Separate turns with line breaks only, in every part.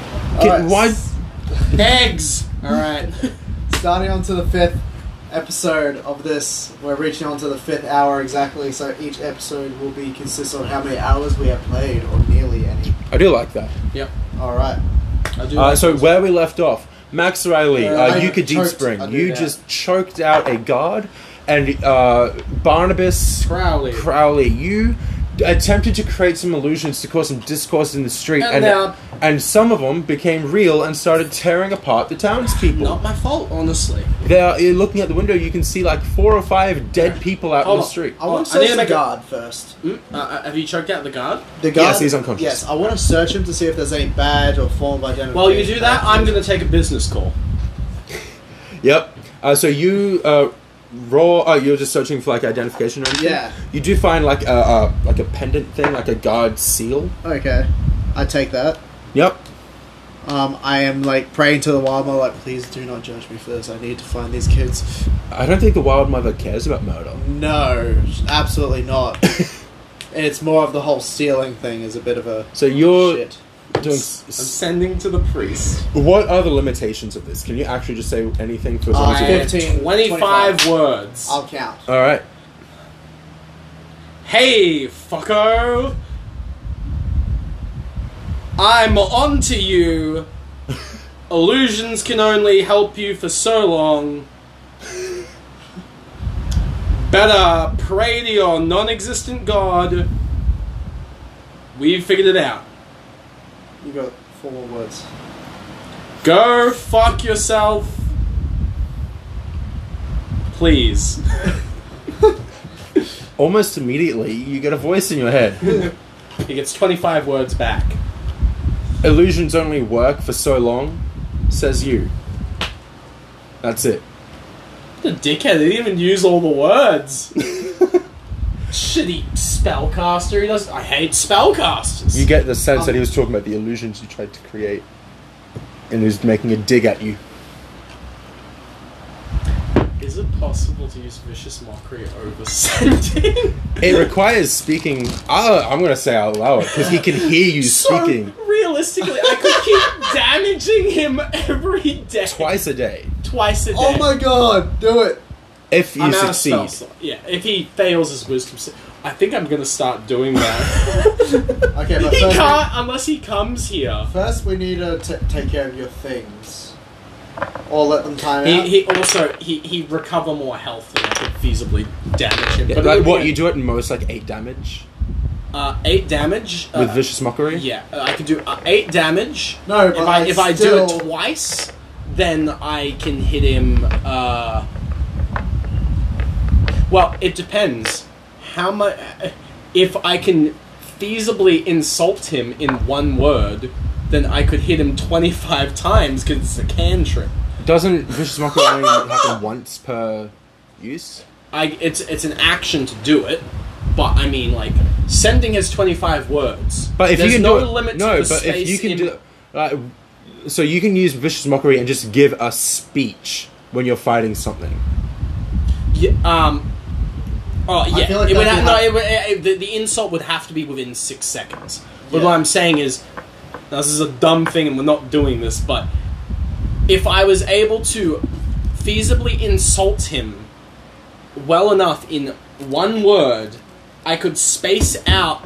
Getting
Uh,
Alright,
wide.
s-
Eggs. All right.
Starting on to the fifth episode of this, we're reaching on to the fifth hour exactly. So each episode will be consist of how many hours we have played, or nearly any.
I do like that.
Yep.
All right.
I do.
Uh,
like
so
this.
where we left off, Max Riley,
Uh,
uh,
I
Yuka Deep
choked- I
Spring,
do
you
that.
just choked out a guard, and uh, Barnabas
Crowley.
Crowley, you attempted to create some illusions to cause some discourse in the street,
And
and
they are-
and, some of them became real and started tearing apart the townspeople.
Not my fault, honestly.
They are you're looking out the window. You can see like four or five dead people out
Hold
on the
on.
street.
I want
Oh,
to
I need to
search the
make a-
guard first.
Mm, uh, Uh, have you choked out the guard?
The guard.
Yes, he's unconscious.
Yes, I want to search him to see if there's any badge or form of identity.
While you do that, I'm going to take a business call.
Yep. Uh, so you uh, raw. Uh, you're just searching for like identification or anything.
Yeah.
You do find like a uh, like a pendant thing, like a guard seal.
Okay, I take that.
Yep.
Um, I am like praying to the wild mother, like, please do not judge me for this. I need to find these kids.
I don't think the wild mother cares about murder.
No, absolutely not. and it's more of the whole stealing thing is a bit of a
So you're
shit.
doing.
I'm
S-
sending to the priest.
what are the limitations of this? Can you actually just say anything for as long as you
I-
want?
15,
25, words.
I'll count.
All right.
Hey, fucko! I'm on to you. Illusions can only help you for so long. Better pray to your non existent god. We figured it out.
You got four more words.
Go fuck yourself. Please.
Almost immediately, you get a voice in your head.
He gets 25 words back.
Illusions only work for so long, says you. That's it.
The dickhead, he didn't even use all the words. Shitty spellcaster, he does. I hate spellcasters.
You get the sense
Oh.
that he was talking about the illusions you tried to create, and he was making a dig at you.
Is it possible to use vicious mockery over sending?
It requires speaking. I, I'm going to say out loud because he can hear you
so
speaking
realistically, I could keep damaging him every day.
twice a day
Twice a day.
Oh my god, do it!
if you
I'm out of
succeed.
spell slot. Yeah, if he fails his wisdom, sa- I think I'm gonna start doing that.
Okay,
he
but first,
can't unless he comes here.
first we need to t- take care of your things. Or let them time
He,
out.
he also he he recover more health than I could feasibly damage him.
Yeah,
it
like
would
what
be,
you do at most, like eight damage
Uh, eight damage
with
uh,
vicious mockery.
Yeah, uh, I can do uh, eight damage.
No,
if
but
I
that's
if I do
still-
it twice, then I can hit him. Uh, well, it depends how much. If I can feasibly insult him in one word, then I could hit him twenty five times because it's a cantrip.
Doesn't vicious mockery only happen once per use?
I it's it's an action to do it, but I mean like sending is twenty five words.
But if
There's
you can
no
do it,
limit
no,
to the
but if
space
you can
in-
do, like, so you can use vicious mockery and just give a speech when you're fighting something.
Yeah, um. Oh yeah,
feel like
it would
that'd be
ha- no,
hard.
it would, eh, eh, the, the insult would have to be within six seconds. But
Yeah.
what I'm saying is, now this is a dumb thing, and we're not doing this. But if I was able to feasibly insult him well enough in one word, I could space out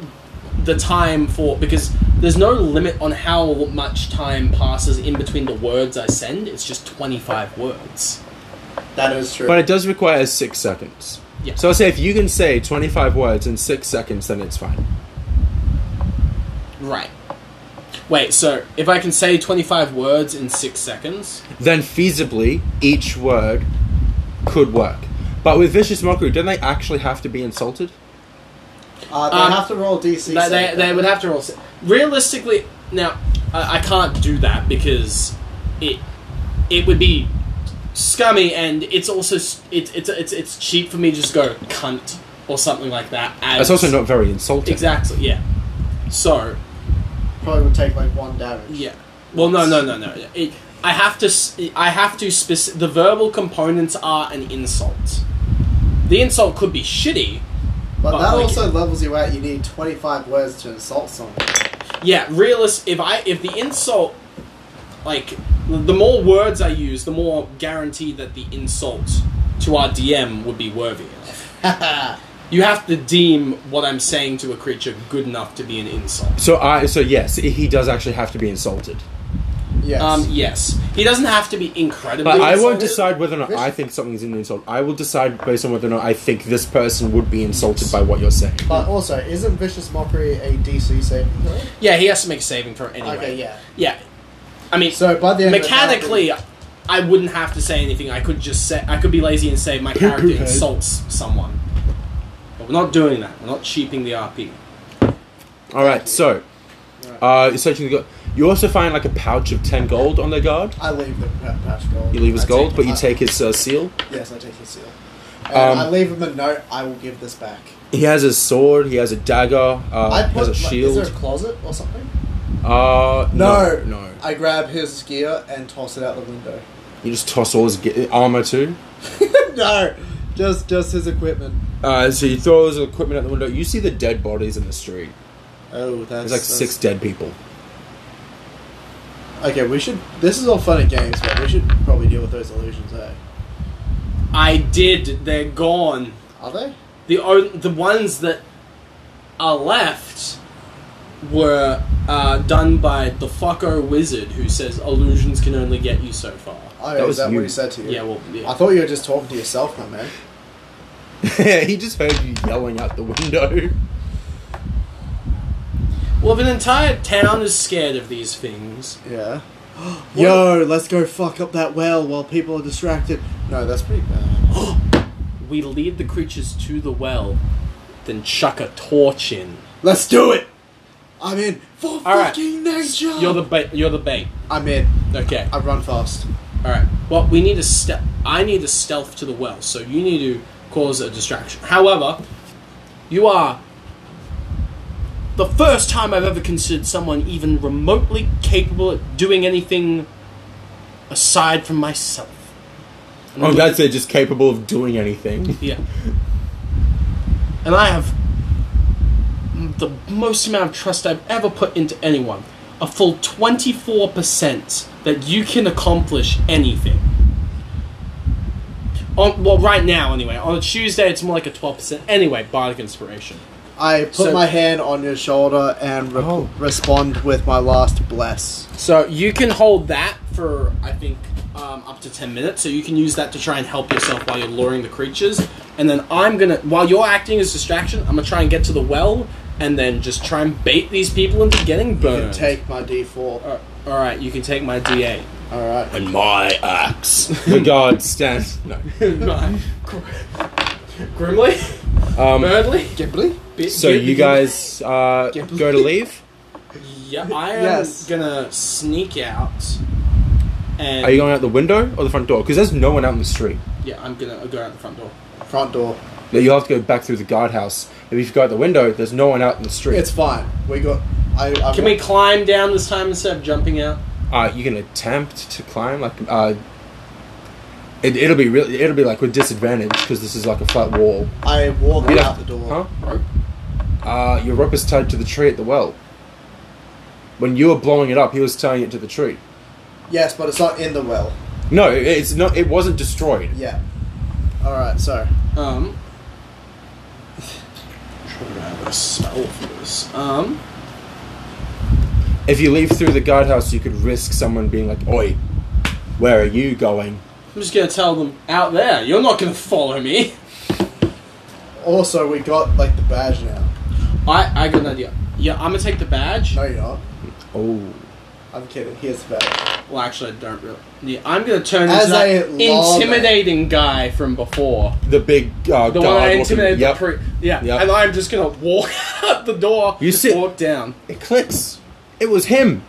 the time for because there's no limit on how much time passes in between the words I send. It's just 25 words.
that is true.
But it does require six seconds.
Yeah.
So I say if you can say 25 words in six seconds, then it's fine.
Right. Wait, so if I can say 25 words in six seconds,
Then feasibly, each word could work. But with vicious mockery, don't they actually have to be insulted?
uh, they
um,
have to roll DC.
they, they,
save,
they
don't
would have to roll. si- Realistically, now, I, I can't do that because it it would be scummy and it's also s- it's it's it's, it's cheap for me to just go cunt or something like that. As,
That's also not very insulting.
Exactly, yeah. So,
Probably would take like one damage.
Yeah. Well, no, no, no, no. It, I have to. s- I have to. Speci- the verbal components are an insult. The insult could be shitty.
But,
But,
that
like-
also levels you out. You need 25 words to insult someone.
Yeah, realist. If I if the insult like the more words I use, the more guaranteed that the insult to our DM would be worthy. of. You have to deem what I'm saying to a creature good enough to be an insult.
So I so yes, he does actually have to be insulted.
yes.
Um, yes, he doesn't have to be incredibly.
But I won't
insulted.
decide whether or not I think something's an insult. I will decide based on whether or not I think this person would be insulted by what you're saying.
but also, isn't vicious mockery a DC saving throw?
Yeah, he has to make a saving throw anyway.
Okay, yeah.
Yeah, I mean,
So by the end of the round-
mechanically, I wouldn't have to say anything. I could just say I could be lazy and say my character
head.
insults someone. But we're not doing that. We're not cheaping the RP.
All right, so uh, searching the gold. You also find like a pouch of ten gold on their guard.
I leave the pa- pouch gold.
You leave his
I
gold,
take-
but you
I-
take his uh, seal.
Yes, I take his seal. And I
Um,
leave him a note. I will give this back.
He has his sword. He has a dagger. Uh,
I put.
has
like, Is there
a
a
shield.
closet or something?
Uh, no,
No.
no.
I grab his gear and toss it out the window.
You just toss all his ge- armor too.
no, just just his equipment.
Uh, so you throw his equipment out the window. You see the dead bodies in the street.
Oh, that's
There's like
that's-
six dead people.
Okay, we should. This is all fun and games, but we should probably deal with those illusions, eh?
I did. They're gone.
Are they?
The on- the ones that are left were uh, done by the fucko wizard who says illusions can only get you so far.
Oh,
That
is
was
that
you.
what he said to you?
Yeah, well, yeah.
I thought you were just talking to yourself, my man.
he just heard you yelling out the window.
well, if an entire town is scared of these things,
Yeah. Yo, let's go fuck up that well while people are distracted. No, that's pretty bad.
we lead the creatures to the well, then chuck a torch in.
Let's do it. I'm in for
right.
fucking nature.
You're the bait. You're the bait.
I'm in.
Okay.
I run fast.
All right. Well, we need a step. I need a stealth to the well, so you need to cause a distraction. However, you are the first time I've ever considered someone even remotely capable of doing anything aside from myself. And
Oh,
I'm
that's it. Just capable of doing anything.
Yeah. And I have the most amount of trust I've ever put into anyone. A full 24% that you can accomplish anything. On, well, right now, anyway. On a Tuesday, it's more like a 12%. Anyway, Bardic Inspiration.
I put
So-
my hand on your shoulder and re-
Oh.
respond with my last bless.
So you can hold that for, I think, um, up to 10 minutes. So you can use that to try and help yourself while you're luring the creatures. And then I'm going to, while you're acting as distraction, I'm going to try and get to the well and then just try and bait these people into getting
You
burned.
can take my D4.
All right, you can take my DA.
Alright.
And my axe. The guard stands. No.
Grimly?
Um,
Birdly?
Ghibli?
Bi-
so
Gib-
you guys uh, go to leave.
Yeah, I am
Yes.
going to sneak out. And
Are you going out the window or the front door? Because there's no one out in the street.
yeah, I'm going to go out the front door.
Front door.
That You'll have to go back through the guardhouse. If you go out the window, there's no one out in the street.
It's fine. We got. I, I
Can we climb down this time instead of jumping out?
uh, you can attempt to climb. Like uh, it, it'll be really, it'll be like with disadvantage because this is like a flat wall.
I walk
You'd
out
have-
the door.
Huh? Uh, your rope is tied to the tree at the well. When you were blowing it up, he was tying it to the tree.
Yes, but it's not in the well.
No, it- it's not. It wasn't destroyed.
Yeah. Alright, so.
Um. Trying to have a spell for this. Um.
If you leave through the guardhouse, you could risk someone being like, "Oi, where are you going?"
I'm just gonna tell them out there. You're not gonna follow me.
Also, we got, like, the badge now.
I I got an idea. Yeah, I'm gonna take the badge.
No, you're not.
Oh,
I'm kidding. Here's the badge.
Well, actually, I don't really. Yeah, I'm gonna turn
As
into that
a lawman.
intimidating guy from before.
the big uh,
The
guard.
one I
walking-
intimidated.
Yep.
The pre- yeah.
Yep.
And I'm just gonna walk out the door.
You
just
sit-
Walk down.
It clicks. It was him.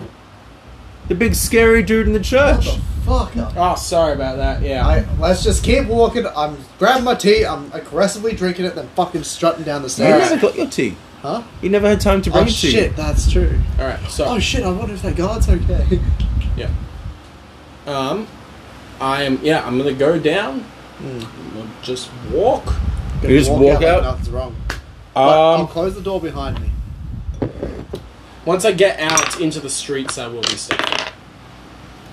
The big scary dude in the church.
Motherfucker.
Oh, sorry about that. Yeah.
I, let's just keep walking. I'm grabbing my tea. I'm aggressively drinking it, then fucking strutting down the
You
stairs.
never got your tea.
Huh?
You never had time to brush
Oh
your tea.
shit, that's true.
All right. So.
Oh shit, I wonder if that guard's okay.
Yeah. Um, I am. Yeah, I'm gonna go down.
Hmm.
We'll just walk.
You just walk
Like
out.
nothing's wrong. But I'll
Um,
close the door behind me.
Once I get out into the streets, I will be safe.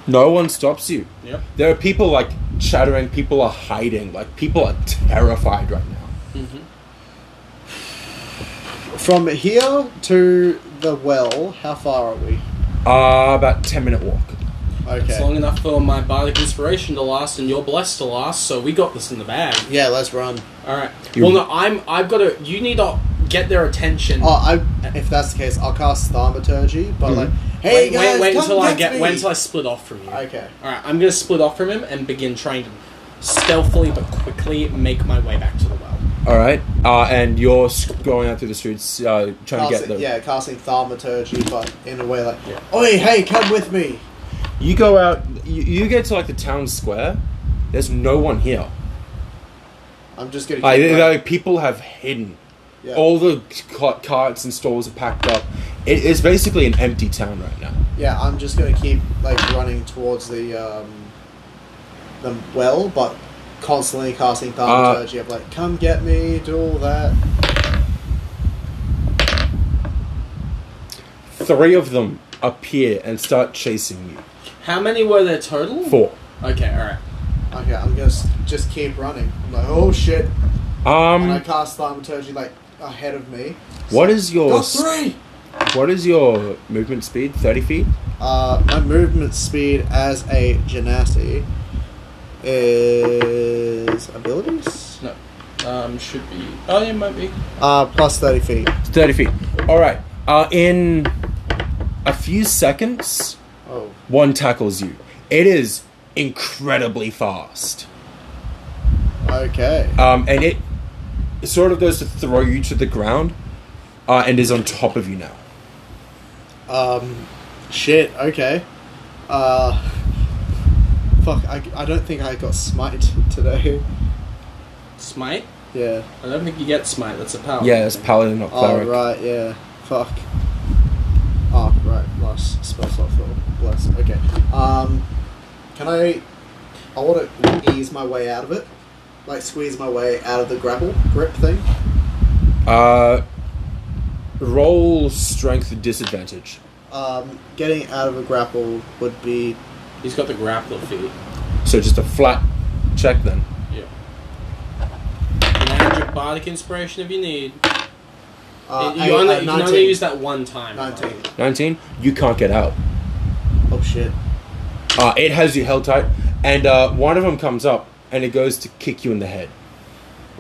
No one stops you.
Yep.
There are people like chattering, people are hiding, like people are terrified right now.
From here to the well, how far are we?
Ah, about 10 minute walk.
It's long enough for my bardic inspiration to last and your bless to last, so we got this in the bag.
Yeah, let's run.
All right.
You-
well, no, I'm. I've got to. You need to get their attention.
Oh, I, if that's the case, I'll cast Thaumaturgy, but like, hey
Mm-hmm. wait,
guys,
wait, wait
come
until I
catch
get.
me!
Wait until I split off from you.
Okay.
All right. I'm gonna split off from him and begin trying to stealthily but quickly make my way back to the well.
Alright? Uh, and you're sc- going out through the streets uh, trying to get
Casting,
them.
yeah, casting Thaumaturgy, but in a way like,
Yeah.
oi, hey, come with me.
You go out, you, you get to like the town square, there's no one here.
I'm just gonna.
Like,
keep
they're-
running.
like, people have hidden.
Yeah.
All the ca- carts and stalls are packed up. It is basically an empty town right now.
Yeah, I'm just gonna keep like running towards the um, the well, but constantly
Ah.
casting thaumaturgy of like, come get me, do all that.
Three of them appear and start chasing you.
How many were there total?
Four.
Okay. All right.
Okay, I'm gonna s- just keep running. I'm like, oh shit, and I
Um,
cast thaumaturgy like ahead of me.
what is your
Got three.
what is your movement speed? Thirty feet.
Uh, my movement speed as a genasi is abilities.
No. Um. Should be. Oh, it might be.
Uh, plus thirty feet.
Thirty feet. All right. Uh, in a few seconds,
Oh,
one tackles you. It is incredibly fast.
okay.
um, and it sort of goes to throw you to the ground uh, and is on top of you now.
Um, shit. Okay. Uh, fuck. I, I don't think I got smite today.
Smite.
Yeah.
I don't think you get smite. That's a power.
Yeah, it's paladin, not
Oh
cleric.
right. Yeah. Fuck. Oh right. Last spell slot for bless. Okay. Um, can I? I want to ease my way out of it, like squeeze my way out of the grapple grip thing.
Uh, roll strength disadvantage.
Um, getting out of a grapple would be
He's got the grappler feet.
So just a flat check then.
Yeah. Manage your bardic inspiration if you need.
uh,
you
eight-
only,
uh,
you can
19.
only use that one time.
Nineteen.
19, you can't get out.
Oh shit.
Uh, it has you held tight, and uh, one of them comes up and it goes to kick you in the head.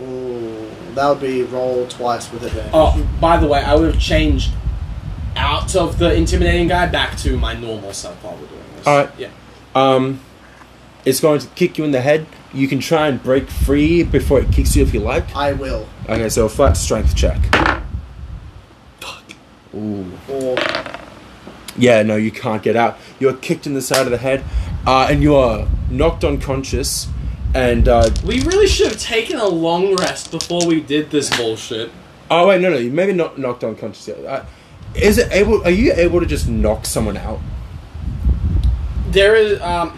Ooh, that would be roll twice with advantage.
Oh, by the way, I would have changed out of the intimidating guy back to my normal self while we're doing this.
Alright.
Yeah.
Um, it's going to kick you in the head. You can try and break free before it kicks you if you like.
I will.
Okay, so a flat strength check. Ooh.
Or
Yeah, no, you can't get out. You're kicked in the side of the head, uh, and you are knocked unconscious. And uh,
We really should have taken a long rest before we did this bullshit.
oh wait, no, no, you maybe not knocked unconscious yet. Uh, is it able? Are you able to just knock someone out?
There is um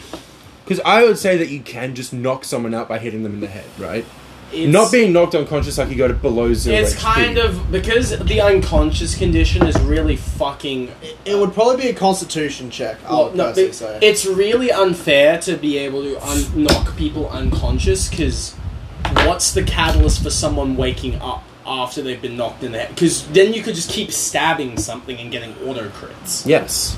Because I would say that you can just knock someone out by hitting them in the head, right?
it's,
not being knocked unconscious like you go to below zero.
it's
HP.
kind of because the unconscious condition is really fucking
it would probably be a Constitution check. I
Well,
Oh,
would
Oh, no,
personally
it-
say.
it's really unfair to be able to un- knock people unconscious because what's the catalyst for someone waking up after they've been knocked in the head? Because then you could just keep stabbing something and getting auto crits.
Yes,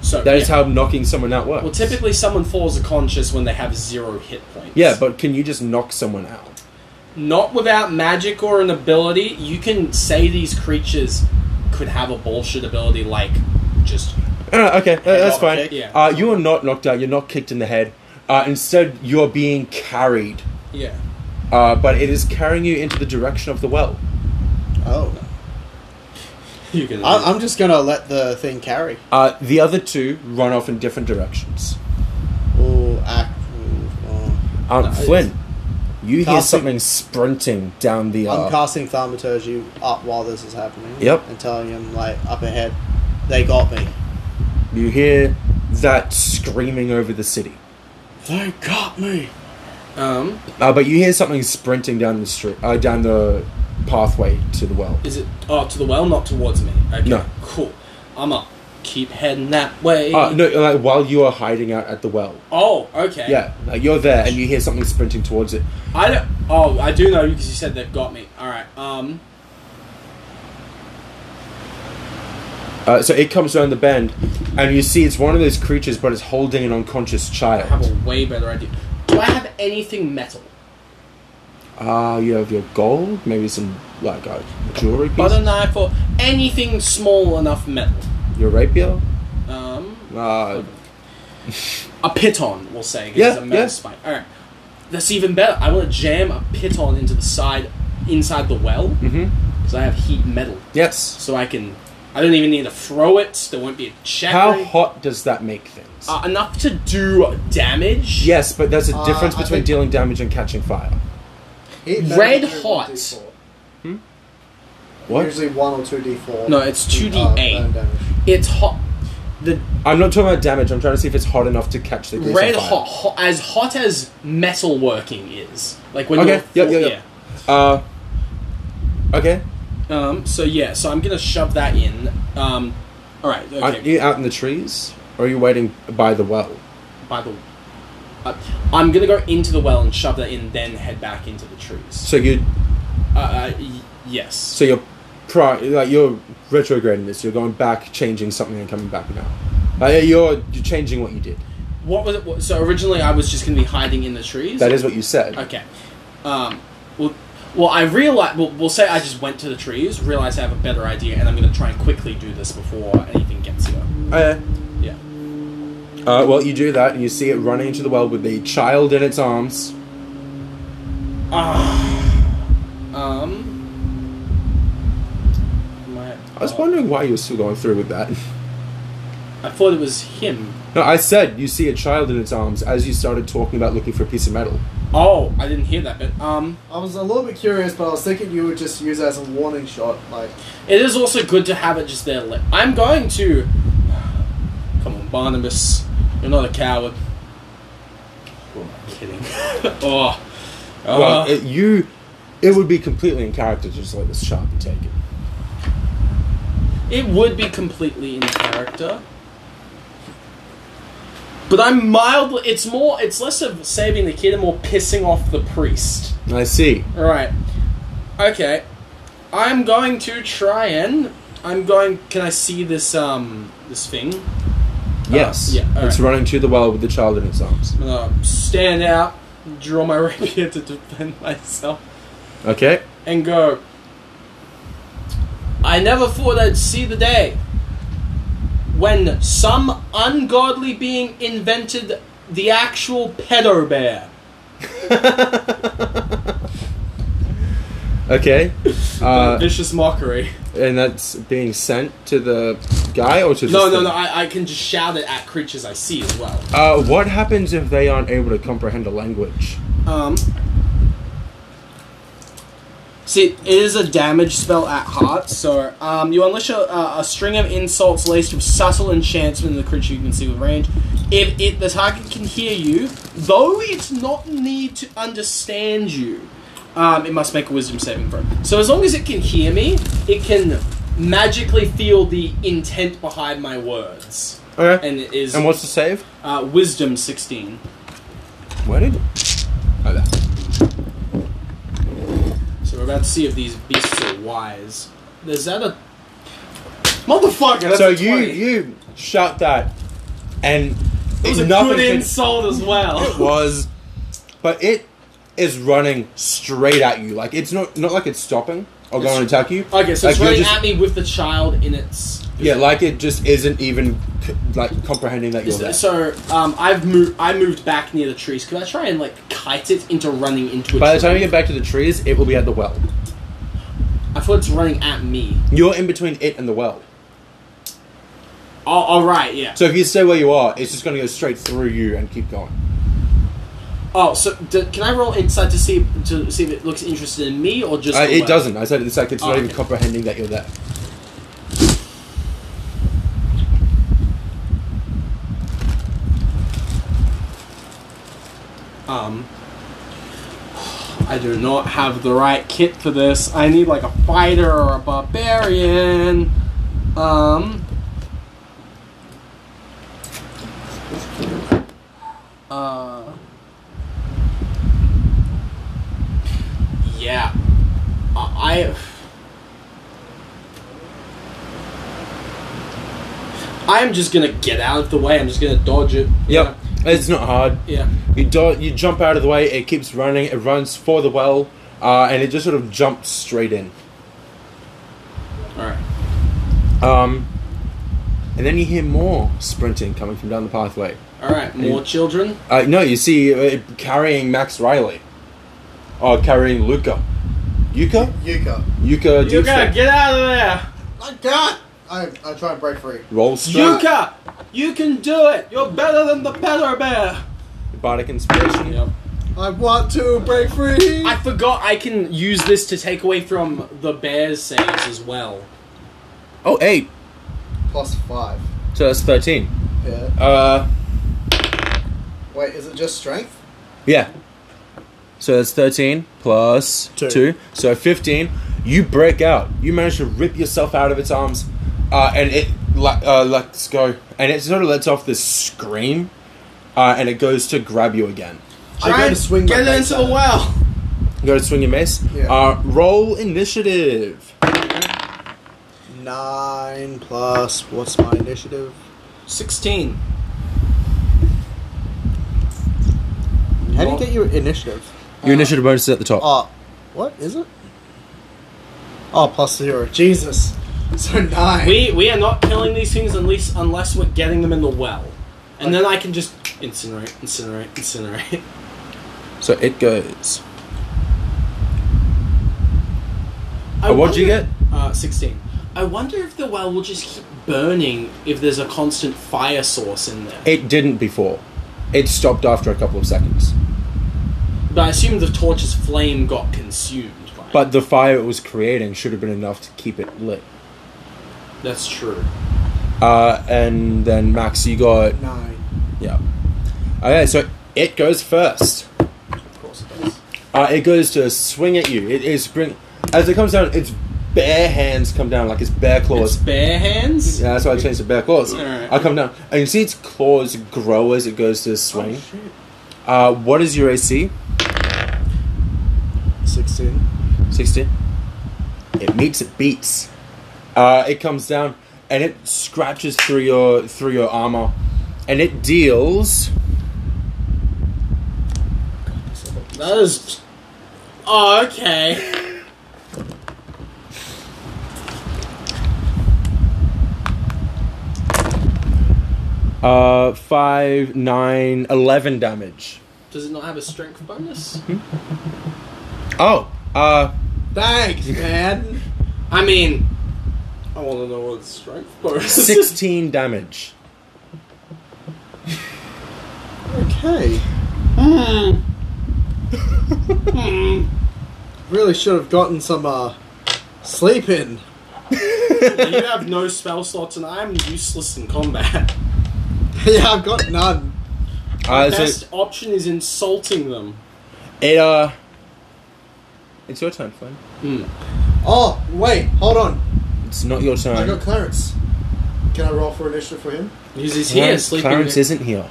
So
that is
yeah.
how knocking someone out works.
Well, typically someone falls unconscious when they have zero hit points.
Yeah, but can you just knock someone out?
not without magic or an ability. You can say these creatures could have a bullshit ability like just
Uh, okay, uh, that's
knock
fine.
kick?
Yeah.
Uh, you are not knocked out. You're not kicked in the head. Uh, instead, you're being carried.
yeah.
Uh, but it is carrying you into the direction of the well.
oh,
You can.
I, I'm just gonna let the thing carry.
Uh, the other two run off in different directions.
Ooh, act. ooh, oh.
Um,
Nice.
Flynn, you hear
Casting-
something sprinting down the. Uh,
I'm casting thaumaturgy up while this is happening.
Yep.
And telling him like up ahead, they got me.
you hear that screaming over the city.
They got me.
um,
Uh, but you hear something sprinting down the street, uh, down the pathway to the well.
Is it oh to the well, not towards me? Okay.
No.
Cool. I'm up. keep heading that way.
Uh, no, like while you are hiding out at the well.
Oh, okay.
Yeah, like you're there and you hear something sprinting towards it.
I don't. Oh, I do know because you said they've got me. All right. Um.
Uh, so it comes around the bend, and you see it's one of those creatures, but it's holding an unconscious
I have
child.
a way better idea. Do I have anything metal?
Ah, you have your gold, maybe some like uh, jewelry
Butter
pieces.
knife or anything small enough metal?
Your rapier.
Um.
Uh,
A piton, we'll say. 'cause
Yeah,
It's a metal
yeah.
spike. All right. That's even better. I want to jam a piton into the side, inside the well,
hmm
because I have heat metal,
Yes.
so I can. I don't even need to throw it. There won't be a check.
How
rate.
hot does that make things?
Uh, enough to do damage.
yes, but there's a
Uh,
difference
I
between
think-
dealing damage and catching fire.
Heat metal
Red
is usually
hot.
1d4.
What?
Usually one or two d4.
No, it's
Uh,
2d8.
burn damage.
It's hot. The
I'm not talking about damage. I'm trying to see if it's hot enough to catch the grease on
red
fire.
hot, hot, as hot as metal working is. Like when
Okay,
you're
yeah, yeah, yeah. Uh, okay.
yeah. Um. So yeah. So I'm gonna shove that in. Um. All right.
Aren't
Okay.
you out in the trees, or are you waiting by the well?
By the. Uh, I'm gonna go into the well and shove that in, then head back into the trees.
So you,
uh, uh, y- yes.
so you're, pri- like you're retrograding this. You're going back, changing something, and coming back now. Like you're you're changing what you did.
what was it? What, so originally I was just gonna be hiding in the trees.
That is what you said.
Okay. Um. Well. Well, I realize. Well, we'll say I just went to the trees, realize I have a better idea, and I'm going to try and quickly do this before anything gets here.
Uh,
Yeah.
uh, well, you do that, and you see it running into the well with the child in its arms.
Ah. Um. My,
I was wondering why you were still going through with that.
I thought it was him.
No, I said you see a child in its arms as you started talking about looking for a piece of metal.
Oh, I didn't hear that bit. Um,
I was a little bit curious, but I was thinking you would just use it as a warning shot, like
it is also good to have it just there. Lit. I'm going to. Come on, Barnabas. You're not a coward. Who am I kidding? oh. Uh,
well, it, you, it would be completely in character to just let this child be taken.
It would be completely in character. But I'm mildly. It's more. It's less of saving the kid and more pissing off the priest.
I see.
Alright. Okay. I'm going to try and. I'm going. Can I see this, um. This thing?
Yes.
Uh-huh. yeah, all
it's
right.
running to the well with the child in its arms.
I'm gonna stand out, draw my rapier to defend myself,
Okay.
and go. I never thought I'd see the day when some ungodly being invented the actual pedo bear.
Okay. Uh,
Vicious mockery.
and that's being sent to the guy or to just
No,
the-
no, no. I, I can just shout it at creatures I see as well.
Uh, what happens if they aren't able to comprehend a language?
Um. See, it is a damage spell at heart, so um, you unleash a, a, a string of insults laced with subtle enchantment in the creature you can see with range. If it, the target can hear you, though it's not need to understand you, um, it must make a wisdom saving throw. So as long as it can hear me, it can magically feel the intent behind my words,
Okay.
and it is
And what's the save?
uh, wisdom sixteen.
Where did? Oh, there.
So we're about to see if these beasts are wise. Is that a motherfucker? That's
so
a
you
20.
you shout that, and
it was a
nothing
good
can-
insult as well.
was, but it is running straight at you. Like it's not not like it's stopping or going to
It's-
attack you.
okay, so
like
it's
you're
running
just-
at me with the child in its.
Yeah, like it just isn't even c- like comprehending that you're
Is-
there.
So um, I've moved. I moved back near the trees. Could I try and like kite it into running into a
By the
tree?
time you get back to the trees, it will be at the well.
I thought it's running at me.
You're in between it and the well.
Oh, all right, yeah.
So if you stay where you are, it's just going to go straight through you and keep going.
oh, so d can I roll inside to see to see if it looks interested in me or just?
Uh,
the
it
worm?
doesn't. I said it's like it's
Oh,
not even
okay.
comprehending that you're there.
Um, I do not have the right kit for this. I need like a fighter or a barbarian. Um, Uh, yeah, I. I am just gonna get out of the way. I'm just gonna dodge it.
Yep. It's not hard.
Yeah.
You do you jump out of the way. It keeps running. It runs for the well, uh, and it just sort of jumps straight in.
All right.
Um, and then you hear more sprinting coming from down the pathway.
All right. More children.
Uh, no, you see uh, carrying Max Riley, or carrying Luca, Yuka,
Yuka.
Yuka.
Yuka,
Dietrich.
get out of there.
I can't! I, I try and break free.
Roll strength.
Yuka, you can do it. You're better than the better bear.
Bardic inspiration.
Yep.
I want to break free!
I forgot I can use this to take away from the bear's saves as well.
Oh, eight.
Plus five.
So that's thirteen.
Yeah.
Uh,
Wait, is it just strength?
yeah. So that's thirteen plus
Two.
two. So fifteen. You break out. You manage to rip yourself out of its arms, uh, and it le- uh, lets go, and it sort of lets off this scream, uh, and it goes to grab you again.
I
Try
gotta
and
swing my
get it
mace
into
at
the
it.
well.
Go to swing your mace.
Yeah.
Uh, roll initiative.
Nine plus. What's my initiative?
16.
How do you get your initiative?
Your initiative bonus is at the top.
Oh, what is it? Oh, plus zero. Jesus. So nine.
We we are not killing these things unless unless we're getting them in the well, and then I can just incinerate, incinerate, incinerate.
So it goes.
I Oh,
Uh, what'd you
wonder- Uh, Sixteen. I wonder if the well will just keep burning if there's a constant fire source in there.
It didn't before. It stopped after a couple of seconds.
But I assume the torch's flame got consumed. By
But the fire it was creating should have been enough to keep it lit.
it. that's true.
Uh, and then Max, you got
Nine.
yeah. Okay, so it goes first.
Of course it does.
Uh, it goes to swing at you. It is bring as it comes down. Its bare hands come down like Oh, its bare
It's
claws.
bare hands.
yeah, that's why I changed to bare claws.
Alright.
I come down and you see its claws grow as it goes to
Oh,
swing.
shit.
Uh, what is your AC?
16.
16. It meets, it beats. Uh, it comes down and it scratches through your through your armor, and it deals.
That is. Oh, okay.
Uh, five, nine, eleven damage.
Does it not have a strength bonus?
Mm-hmm. Oh, uh,
Thanks, man!
I mean, I want to know what its strength bonus is.
sixteen damage.
okay.
Hmm. Hmm.
Really should have gotten some, uh, sleep in.
you have no spell slots, and I'm useless in combat.
yeah, I've got none.
Uh, so
Best option is insulting them.
it uh, it's your turn, Flynn.
Hmm.
Oh, wait, hold on.
It's not your
I
turn.
got Clarence. Can I roll for initiative for him?
Because he's here,
Clarence,
sleeping.
Clarence isn't here.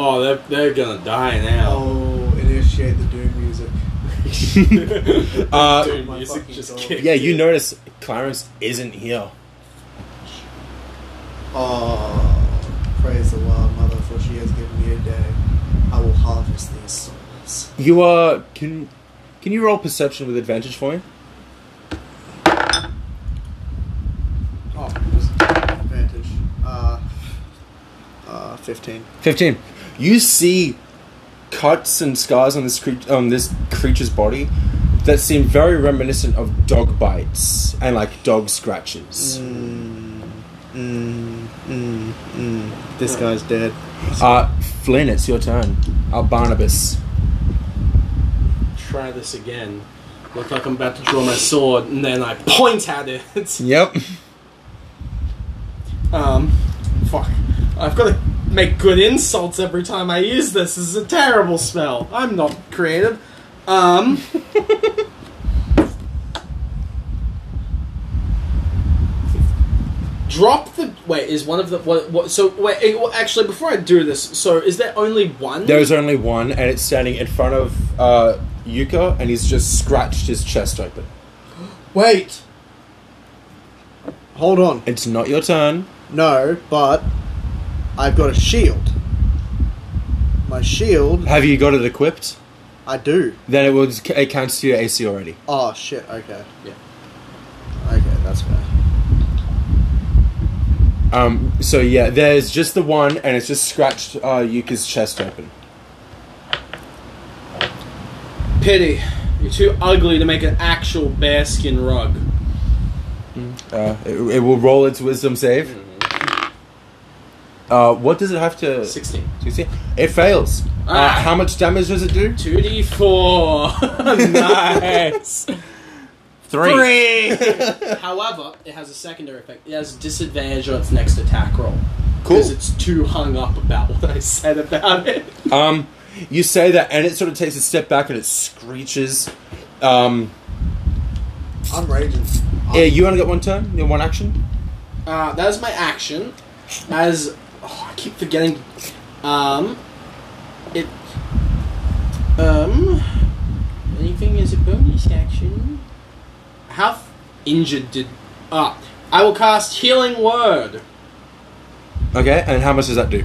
oh, they're, they're gonna die now.
Oh, initiate the doom music.
Uh,
Dude,
Oh. my
music
fucking
just
God.
kicked
yeah, you
in.
notice Clarence isn't here.
Oh, praise the Lord, Mother, for she has given me a day. I will harvest these souls.
You are can can you roll perception with advantage for me?
Oh, just advantage. Uh, uh, 15.
15. You see cuts and scars on this cre- on this creature's body that seem very reminiscent of dog bites and like dog scratches.
Mm, mm, mm, mm. This guy's dead.
Uh, Flynn, it's your turn. Uh, Barnabas.
Try this again. Look like I'm about to draw my sword, and then I point at it.
Yep.
Um, fuck. I've got to make good insults every time I use this. This is a terrible spell. I'm not creative. Um. drop the wait. Is one of the what? what so wait. eh, well, actually, before I do this, so is there only one?
There is only one, and it's standing in front of uh, Yuka, and he's just scratched his chest open.
Wait. Hold on.
It's not your turn.
No, but I've got a shield. My shield,
Have you got it equipped?
I do.
Then it will it counts to your AC already.
Oh shit. Okay.
Yeah.
Okay, that's fair.
Um. So yeah, there's just the one, and it's just scratched uh, Yuka's chest open.
Pity, you're too ugly to make an actual bearskin rug.
Uh, it, it will roll its wisdom save. Uh, what does it have to?
Sixteen.
16? It fails. Uh,
Ah.
how much damage does it do?
Two D four. Nice. However, it has a secondary effect. It has disadvantage on its next attack roll. Because
Cool.
it's too hung up about what I said about it.
Um, you say that, and it sort of takes a step back, and it screeches. Um,
I'm raging. I'm-
yeah, you only got one turn, you know, one action.
Uh, that is my action. As oh, I keep forgetting, um, it um, anything is a bonus action. How f- injured did? Ah, I will cast healing word.
Okay, and how much does that do?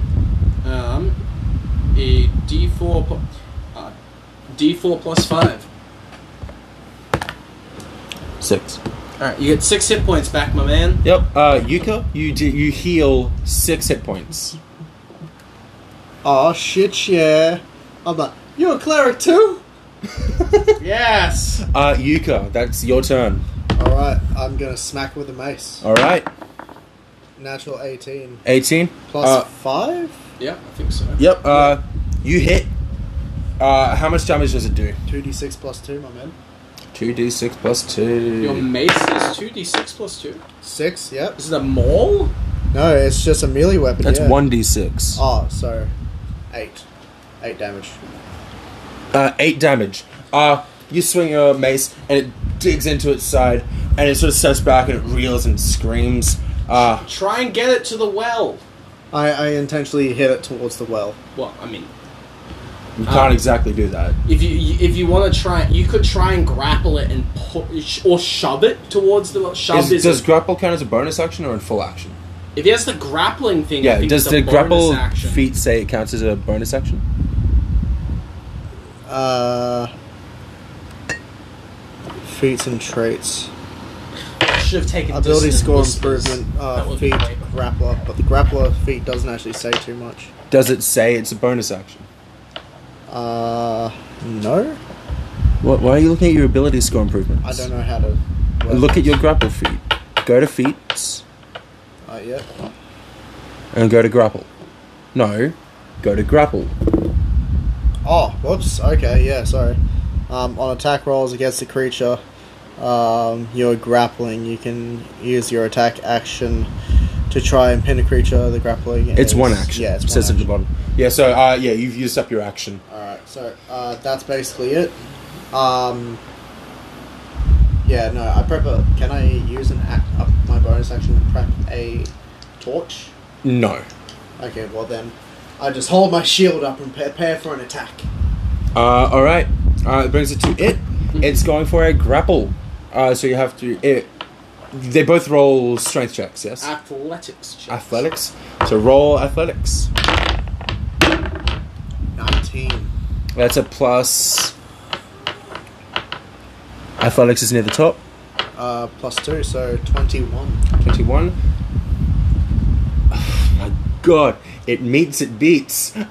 Um, a D four, uh, D four plus five.
Six.
All right, you get six hit points back, my man.
Yep. Uh, Yuka, you do, you heal six hit points.
Oh shit, yeah. I'm like, you're a cleric too?
Yes.
Uh, Yuka, that's your turn.
Alright, I'm gonna smack with a mace.
All right,
Natural 18.
eighteen Uh,
5?
Yeah, I think so.
yep. Uh, you hit. Uh, how much damage does it do?
2d6 plus 2, my man.
Two d six plus
Your
two.
mace is two D six plus two.
6, yep.
This is a maul.
No, it's just a melee weapon.
That's
yeah.
one d six.
Oh, so 8. 8 damage.
uh, eight damage. Uh, you swing your mace and it digs into its side, and it sort of steps back and it reels and screams. Uh,
Try and get it to the well.
I, I intentionally hit it towards the well.
Well, I mean,
you can't
Um.
exactly do that.
if you if you want to try, you could try and grapple it and push or shove it towards the well. Shove
Is,
is,
does grapple count as a bonus action or in full action?
if he has the grappling thing. I
Yeah,
think
does
it's
the
a
grapple
bonus action.
feat say it counts as a bonus action?
Uh. Feats and traits.
I should have taken
Ability
dissonant
score
whispers.
improvement,
That
uh,
would be
feat,
great.
grappler. But the grappler feat doesn't actually say too much.
Does it say it's a bonus action?
Uh. No?
What, why are you looking at your ability score improvements?
I don't know how to.
Look at your grapple feat. Go to feats
Uh, yeah.
and go to grapple. No, go to grapple.
Oh, whoops. Okay, yeah, sorry. Um, on attack rolls against the creature, um, you're grappling. You can use your attack action to try and pin a creature. The grappling.
It's
is-
one action.
Yeah, it's one
says at the
action.
bottom. Yeah, so uh, yeah, you've used up your action.
Alright, so uh, that's basically it. Um, yeah, no, I prep a. Can I use an act up my bonus action to prep a torch?
No.
Okay, well then, I just hold my shield up and prepare for an attack.
Uh, all right. Uh, it brings it to it. It's going for a grapple. Uh, so you have to. It, they both roll strength checks. Yes.
Athletics. Check.
Athletics. So roll athletics.
19.
That's a plus. Athletics is near the top.
Uh, plus 2, so 21.
Twenty-one. Oh my god! It meets. It beats.
Did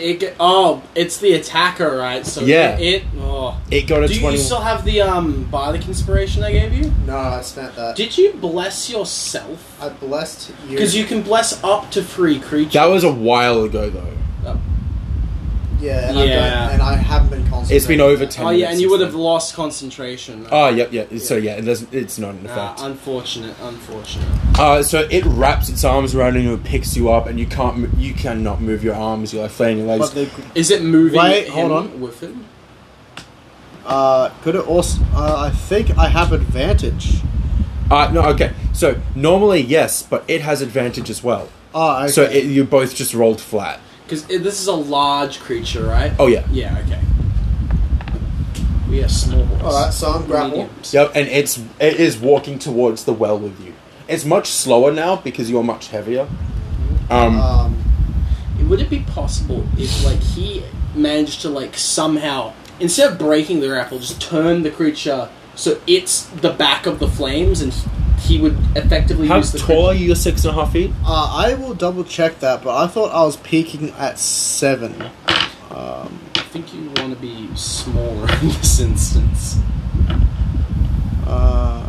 it get? Oh, it's the attacker, right? So
Yeah.
It. it oh.
it got a
Do you,
twenty.
you still have the um bardic inspiration I gave you?
No, I spent that.
Did you bless yourself?
I blessed you.
Because you can bless up to three creatures.
that was a while ago, though.
Oh.
Yeah, and, I,
Yeah.
don't, and I haven't been concentrating.
It's been over ten.
Oh yeah, and
minutes
you
since
would have
then.
lost concentration.
Oh yep, yeah. So yeah, it doesn't, it's not an
Ah,
effect.
unfortunate, unfortunate.
Uh, so it wraps its arms around you and picks you up, and you can't, mo- you cannot move your arms. You're like flailing your legs.
But the,
Is it moving?
Wait,
him
hold on.
With him?
uh, could it also? Uh, I think I have advantage.
Uh, no, okay. So normally yes, but it has advantage as well.
Oh, okay.
So it, you both just rolled flat.
Because this is a large creature, right?
Oh yeah.
Yeah, okay. We are small boys.
Alright, so I'm grapple.
Mediums.
Yep, and it's it is walking towards the well with you. It's much slower now because you're much heavier. Um,
Um,
Would it be possible if, like, he managed to, like, somehow, instead of breaking the grapple, just turn the creature so it's the back of the flames and he would effectively
how
use the
tall are
creature-
you? You're six and a half feet.
uh, I will double check that, but I thought I was peaking at seven. Um,
I think you want to be smaller in this instance.
uh,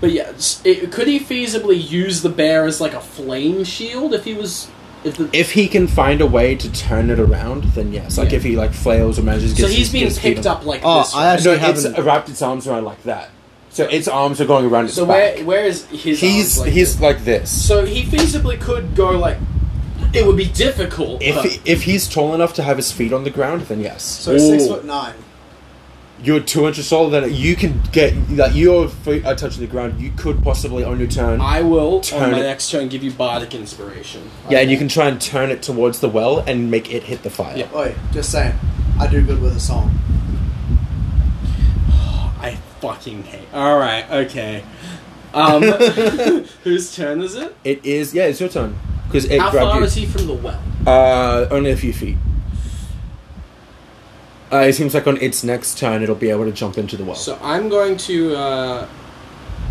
But yeah, s- it, could he feasibly use the bear as, like, a flame shield if he was. If the,
If he can find a way to turn it around, then yes. Like
Yeah.
if he like flails or manages.
so
gets-
he's being
gets
picked
beaten.
up like
Oh,
this.
I
right?
actually
No, it's
haven't-
wrapped its arms around like that. So its arms are going around its
so
back.
where where is his?
he's
arms like
he's
this?
like this.
So he feasibly could go like. It would be difficult.
if
but-
he, if he's tall enough to have his feet on the ground, then yes.
so six
Ooh.
foot nine.
you're two inches taller than it. You can get like your feet are touching the ground. You could possibly on your turn.
I will on
Turn
my
it.
next turn give you bardic inspiration.
yeah, and you can try and turn it towards the well and make it hit the fire.
Yeah.
Oi, just saying. I do good with a song.
I fucking hate. All right, okay. Um, whose turn is it?
It is. Yeah, it's your turn because it
How
grabbed
far
you.
is he from the well?
Uh, only a few feet. Uh, it seems like on its next turn, it'll be able to jump into the well.
So I'm going to uh,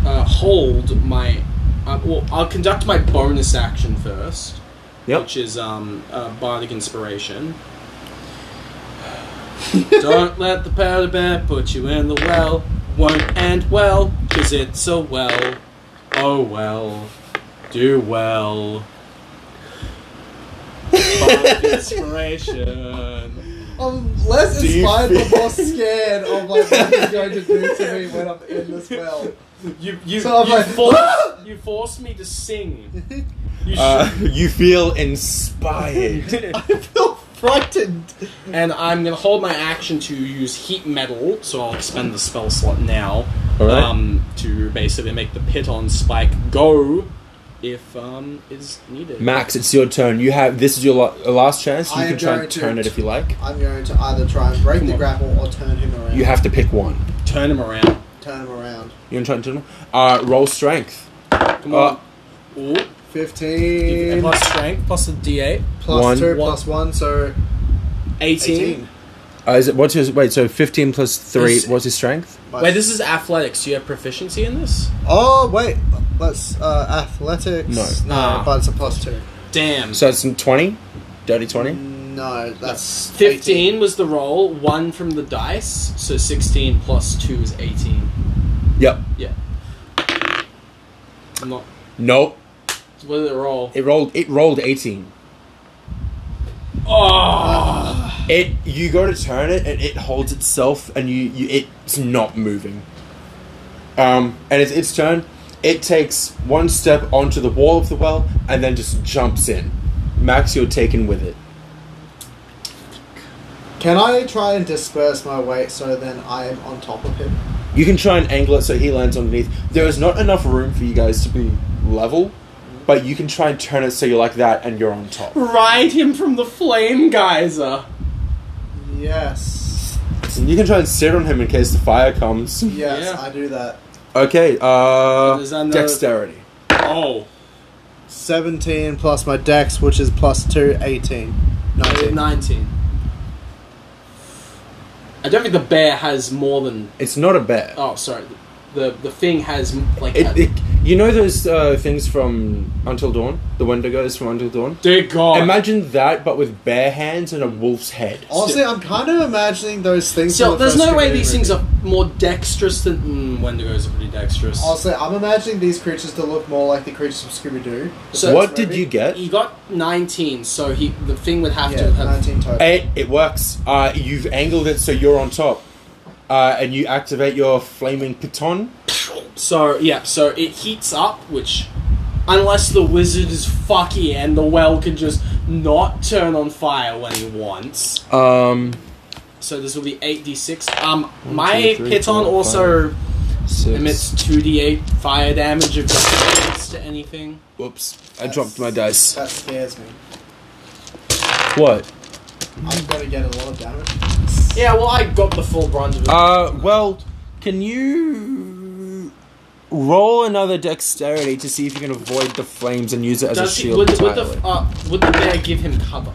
uh, hold my. Uh, well, I'll conduct my bonus action first,
yep.
which is um, uh, bardic inspiration. Don't let the powder bear put you in the well. Won't end well, cause it's a well. Oh well. Do well. Bardic inspiration.
I'm less
Do you
inspired but
feel-
more scared of what life is going to do to me when I'm in this well.
You you,
So I'm
you,
like,
force, you force me to sing. You
Uh,
should.
you feel inspired.
I feel frightened.
and I'm gonna hold my action to use heat metal, so I'll expend the spell slot now.
Alright.
Um, to basically make the pit on spike go if um is needed.
Max, it's your turn. You have this is your la- uh, last chance. You
I am
can try
going
and
to-
turn it if you like.
I'm going to either try and break
Come
the
on.
grapple or turn him around.
You have to pick one.
Turn him around.
turn him around.
You can try and turn. it. Uh, roll strength.
Come on.
Uh,
Ooh.
Fifteen
Plus strength, plus a D8.
plus
One.
two
One.
plus one, so
18.
eighteen.
Uh, is it what's his wait? So fifteen plus three.
Is-
what's his strength?
My-
Wait, this is athletics. Do you have proficiency in this?
Oh wait, let's uh, athletics.
No.
no,
Ah.
but it's a plus two.
Damn.
So it's twenty. Dirty twenty.
No, that's
15
18.
was the roll, 1 from the dice, so 16 plus 2 is 18.
Yep.
Yeah. I'm not.
Nope.
What did it roll?
It rolled. It rolled eighteen.
Oh!
It you go to turn it and it holds itself and you, you it's not moving. Um, and it's its turn. It takes one step onto the wall of the well and then just jumps in. Max, you're taken with it.
Can I try and disperse my weight so then I am on top of him?
You can try and angle it so he lands underneath. There is not enough room for you guys to be level, but you can try and turn it so you're like that and you're on top.
Ride him from the flame geyser!
Yes.
And you can try and sit on him in case the fire comes.
Yes,
Yeah.
I do that.
Okay, uh,
There's another-
dexterity.
Oh.
17 plus my dex, which is plus 2, 18. 19.
19. I don't think the bear has more than.
It's not a bear.
Oh, sorry. The the thing has, like.
It,
a-
it, you know those uh, things from Until Dawn, the Wendigos from Until Dawn.
Dear God.
Imagine that, but with bare hands and a wolf's head.
Oh,
Honestly, I'm kind of imagining those things.
Still,
from the
there's
first
no way
Scooby-Doo
these things
movie.
are more dexterous than. Mm, Wendigos are pretty dexterous.
Honestly, I'm imagining these creatures to look more like the creatures from Scooby Doo.
So-
what did you get?
He got 19, so he the thing would have
Yeah,
to have.
19 total.
It, it works. Uh, you've angled it so you're on top, uh, and you activate your flaming piton.
So yeah, so it heats up, which unless the wizard is fucky and the well can just not turn on fire when he wants.
Um,
So this will be eight d six. Um, my
two, three,
piton
four,
also
Six.
Emits 2d8 fire damage if it relates to anything.
Whoops. I dropped my dice.
That scares me.
What?
I'm gonna get a lot of damage.
Yeah, well, I got the full brunt of it.
Uh, well, can you roll another dexterity to see if you can avoid the flames and use it as
Does
a
he-
shield?
would, would
entirely?
the, uh, would the bear give him cover?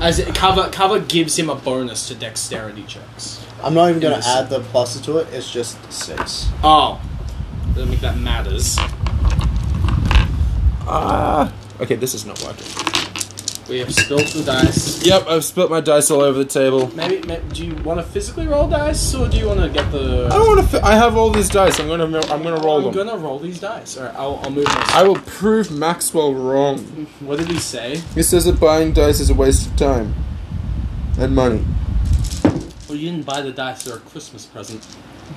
As it, cover, cover gives him a bonus to dexterity checks.
I'm not even gonna
Yes.
add the pluses to it. It's just six.
Oh, I don't think that matters.
Ah. okay, this is not working.
We have spilt the dice.
Yep, I've spilt my dice all over the table.
Maybe, may do you want to physically roll dice, or do you want to get the?
I don't want to. Fi- I have all these dice. I'm gonna. I'm gonna roll
I'm
them.
gonna roll these dice. All right, I'll, I'll move. This.
I will prove Maxwell wrong.
What did he say?
He says that buying dice is a waste of time and money.
Well, you didn't buy the dice; they're a Christmas present.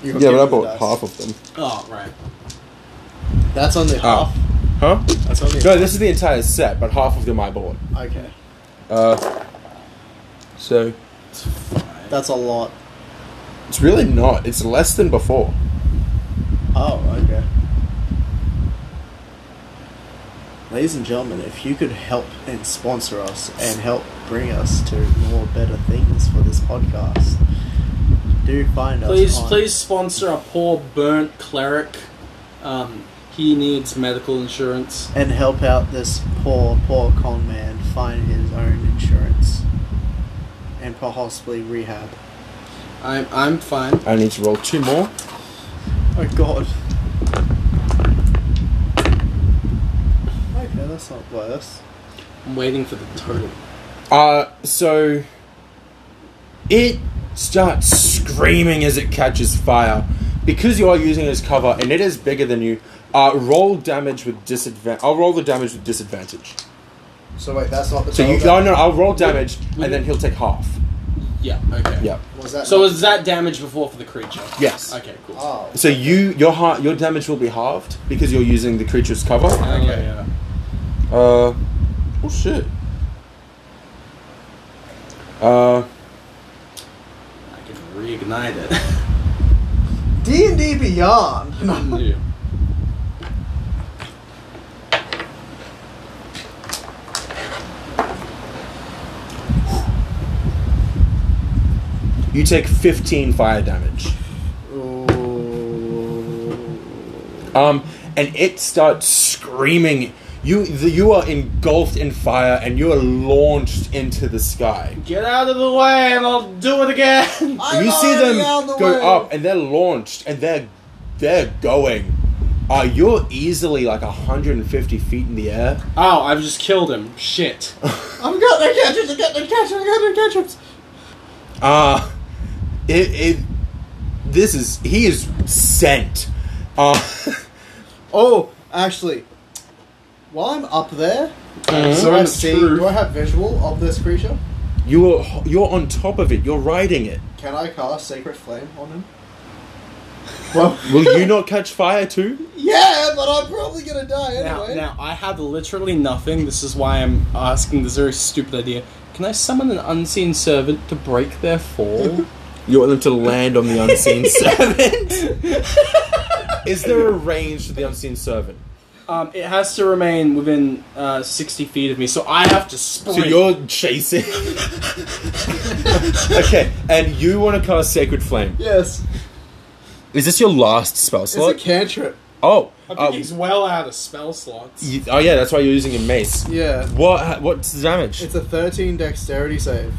You
Yeah, but I bought half of them.
Oh, right.
That's only
Oh.
half.
Huh?
That's only.
No, this is the entire set, but half of them I bought.
Okay,
Uh, so
that's a lot.
it's really not. It's less than before.
Oh, okay. Ladies and gentlemen, if you could help and sponsor us and help bring us to more better things for this podcast, do find
Please,
us. on-
please sponsor a poor burnt cleric. Um, he needs medical insurance.
And help out this poor, poor con man find his own insurance and possibly rehab.
I'm, I'm fine.
I need to roll two more.
Oh god. Okay, that's not worse.
I'm waiting for the total.
Uh, so it starts screaming as it catches fire because you are using it as cover, and it is bigger than you. Uh, roll damage with disadvantage. I'll roll the damage with disadvantage.
So wait, that's not the
So you, oh,
total
no, no, I'll roll damage,
would-
and then he'll take half.
Yeah. Okay.
Yeah.
Was that
So
not-
was that damage before for the creature?
Yes. Ah.
Okay. Cool.
Oh.
So you, your ha- your damage will be halved because you're using the creature's cover.
Oh,
okay.
yeah.
Uh, oh shit. Uh,
I can reignite it.
D and D Beyond.
Yeah.
you take fifteen fire damage.
Oh.
Um, and it starts screaming. You the, you are engulfed in fire and you are launched into the sky.
Get out of the way, and I'll do it again.
I'm
you see
already
them
on the
go
way.
up and they're launched and they're they're going. Uh, you're easily like 150 feet in the air.
Oh, I've just killed him. Shit.
I'm gonna catch it. I'm gonna catch it. I'm gonna catch it.
Uh, it, it this is he is sent. Uh,
Oh, actually, while I'm up there, do
So
I
in the
see?
truth-
Do I have visual of this creature?
you are you're on top of it. You're riding it.
Can I cast Sacred Flame on him? Well,
Will you not catch fire too?
yeah, but I'm probably gonna die
Now,
anyway.
now I have literally nothing. This is why I'm asking this very stupid idea. Can I summon an unseen servant to break their fall?
You want them to land on the unseen servant. Is there a range to the unseen servant?
um, it has to remain within uh, sixty feet of me, so I have to
So
sprint.
you're chasing. okay, and you want to cast Sacred Flame.
Yes,
Is this your last spell
it's a
slot?
cantrip.
oh,
I think
uh,
he's well out of spell slots.
you- oh yeah, that's why you're using a mace.
Yeah,
What? What's the damage?
it's a 13 Dexterity save.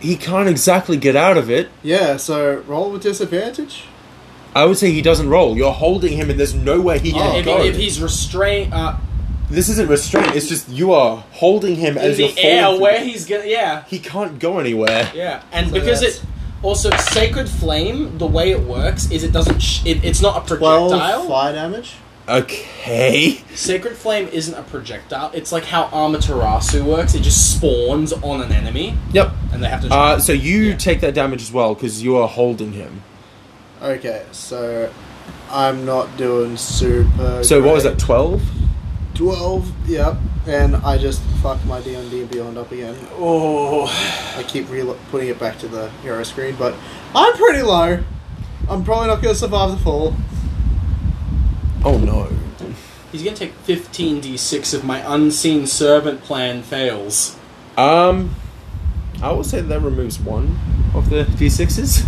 he can't exactly get out of it.
Yeah, so roll with disadvantage.
I would say he doesn't roll. You're holding him, and there's no way he
Yeah,
can
Oh, if,
go.
if he's restrained uh,
this isn't restraint. It's just you are holding him
in
as you're
the
falling.
air,
through
where
the-
he's gonna yeah.
he can't go anywhere.
Yeah, and
So
because
that's-
it also sacred flame, the way it works is it doesn't. Sh- it, it's not a
12
projectile.
fire damage.
Okay.
Sacred flame isn't a projectile. It's like how Amaterasu works. It just spawns on an enemy,
Yep.
and they have to.
Uh, so you
Yeah.
take that damage as well because you are holding him.
Okay, so I'm not doing super.
So what was
great.
that? Twelve.
Twelve. Yep. And I just fucked my D and D Beyond up again.
oh,
I keep re- putting it back to the hero screen, but I'm pretty low. I'm probably not going to survive the fall.
Oh no.
He's gonna take 15d6 if my unseen servant plan fails.
Um, I will say that removes one of the d6s.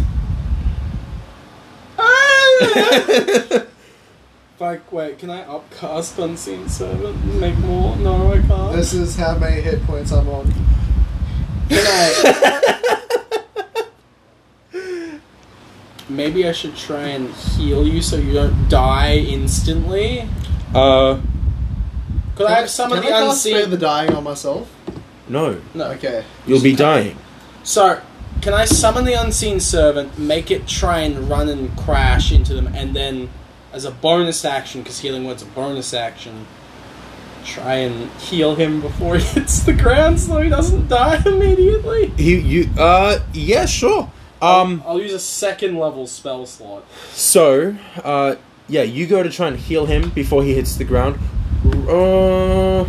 like, wait, can I upcast unseen servant and make more? No, I can't.
This is how many hit points I'm on.
Can I? Maybe I should try and heal you so you don't die instantly.
uh,
Could I have some
can
of the
I cast spare
unseen?
the dying on myself?
no.
no.
Okay.
You'll be dying.
So, can I summon the unseen servant, make it try and run and crash into them, and then, as a bonus action, because healing word's a bonus action, try and heal him before he hits the ground so he doesn't die immediately?
You, you, uh, yeah, sure. Um,
I'll use a second level spell slot.
so, uh, yeah, you go to try and heal him before he hits the ground. Uh,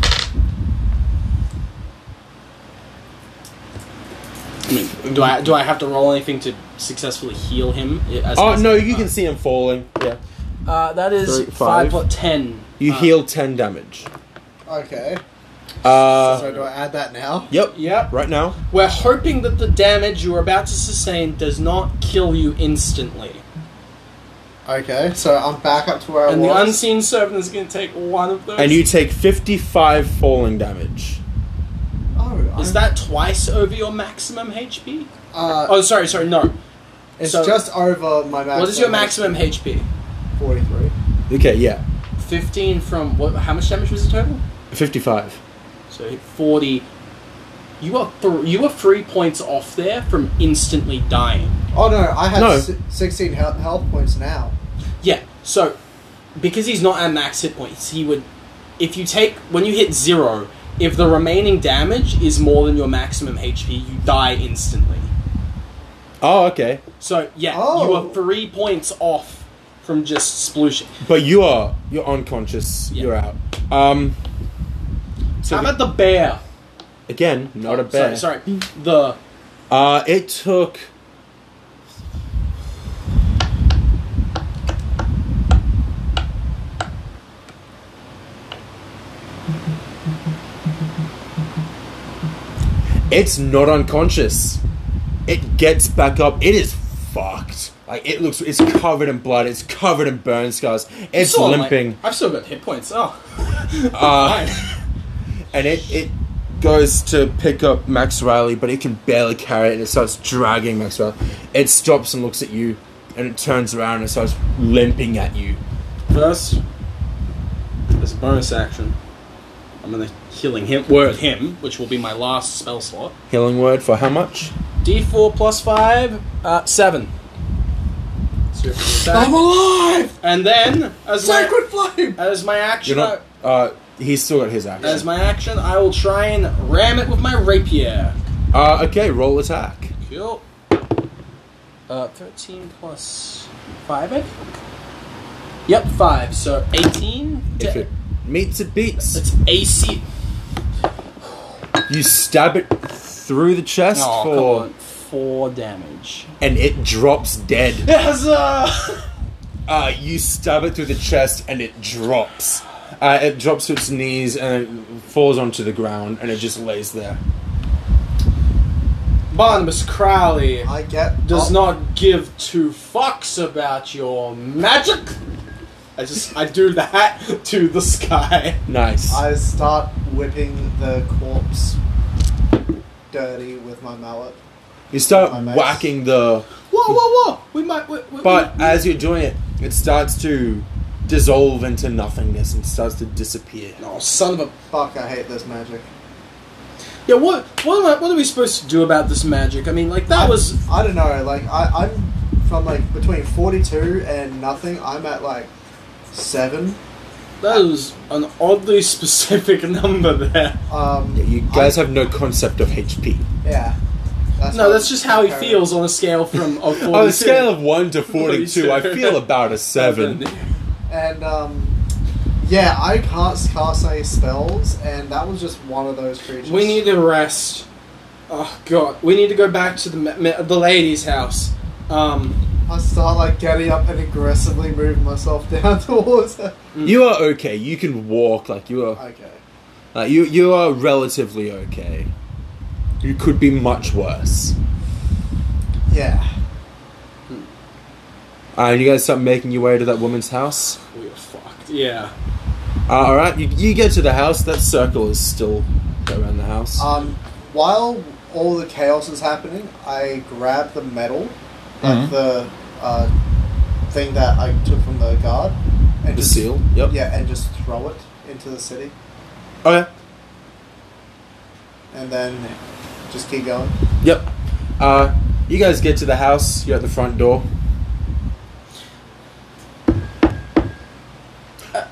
I mean, do I do I have to roll anything to successfully heal him? As,
oh,
as-
no, you can see him falling. Yeah.
Uh, that is
Three,
five,
five.
plus ten.
You
Uh,
heal 10 damage.
Okay. so
Uh,
do I add that now?
yep.
Yep.
Right now.
We're hoping that the damage you're about to sustain does not kill you instantly.
Okay. So I'm back up to where I
And the
was.
unseen servant is going to take one of those.
And you take 55 falling damage.
oh, I'm-
is that twice over your maximum HP?
Uh,
Oh, sorry, sorry, no.
it's
so-
just over my maximum.
What is your maximum HP?
Forty-three.
Okay, yeah.
Fifteen from what? How much damage was the total?
55.
So hit forty. You are th- you are three points off there from instantly dying.
Oh no, I have
No.
si- sixteen health, health points now.
Yeah. So because he's not at max hit points, he would. If you take when you hit zero, if the remaining damage is more than your maximum HP, you die instantly.
Oh, okay.
So yeah, you
Oh.
are three points off from just splooshing.
But you are you're unconscious.
Yeah.
You're out. Um. So
How about the bear?
again, not a bear.
Sorry, sorry. The
Uh, it took. It's not unconscious. It gets back up. It is fucked. Like it looks. It's covered in blood. It's covered in burn scars. It's
Still, like,
limping.
I've still got hit points. Oh,
Uh,
Fine.
and it, it goes to pick up Max Riley, but it can barely carry it, and it starts dragging Max Riley. It stops and looks at you, and it turns around and starts limping at you.
First, as a bonus action, I'm gonna healing him word him, which will be my last spell slot.
Healing word for how much?
D4 plus five, uh, seven. So you have to attack.
I'm alive.
And then, as my,
Sacred flame.
as my action,
You're not. Uh, he's still got his
I- as
action.
my action, I will try and ram it with my rapier.
Uh, okay, roll attack.
Cool. Uh, 13 plus 5, I think? Yep, 5. So 18.
If it meets, it beats.
It's AC.
You stab it through the chest
Oh, come on.
for,
4 damage.
and it drops dead.
Huzzah!
Uh, you stab it through the chest, and it drops. Uh, it drops to its knees and it falls onto the ground, and it just lays there.
Barnabas Crowley
I get
does
oh,
not give two fucks about your magic. I just, I do that to the sky.
Nice.
I start whipping the corpse dirty with my mallet.
you start
My mace.
whacking the.
Whoa, whoa, whoa! We might, we, we,
But
we-
as you're doing it, it starts to dissolve into nothingness and starts to disappear.
Oh, son of a
Fuck! I hate this magic.
Yeah, what what, am I, what are we supposed to do about this magic? I mean, like that
I-
was
I don't know. Like I, I'm from like between forty-two and nothing. I'm at like seven.
that was an oddly specific number there.
Um,
Yeah, you guys have no concept of HP.
Yeah. That's
No,
what-
that's just how he
okay.
feels on a scale from
Oh,
of 42.
On a scale of 1 to 42, I feel about a 7.
And um, yeah, I can't cast any spells, and that was just one of those creatures.
We need to rest. Oh god, we need to go back to the ma- ma- the lady's house. Um,
I start like getting up and aggressively moving myself down towards her.
You are okay. You can walk. Like you are.
Okay.
Like you. You are relatively okay. You could be much worse.
Yeah.
Uh, you guys start making your way to that woman's house.
We are fucked. Yeah.
Uh, all right. You, you get to the house. That circle is still around the house.
Um, while all the chaos is happening, I grab the medal, like
Mhm.
Mm-hmm.
the uh, thing that I took from the guard, and
the
just,
seal. Yep.
Yeah, and just throw it into the city,
Okay.
and then just keep going.
Yep. Uh, you guys get to the house. You're at the front door.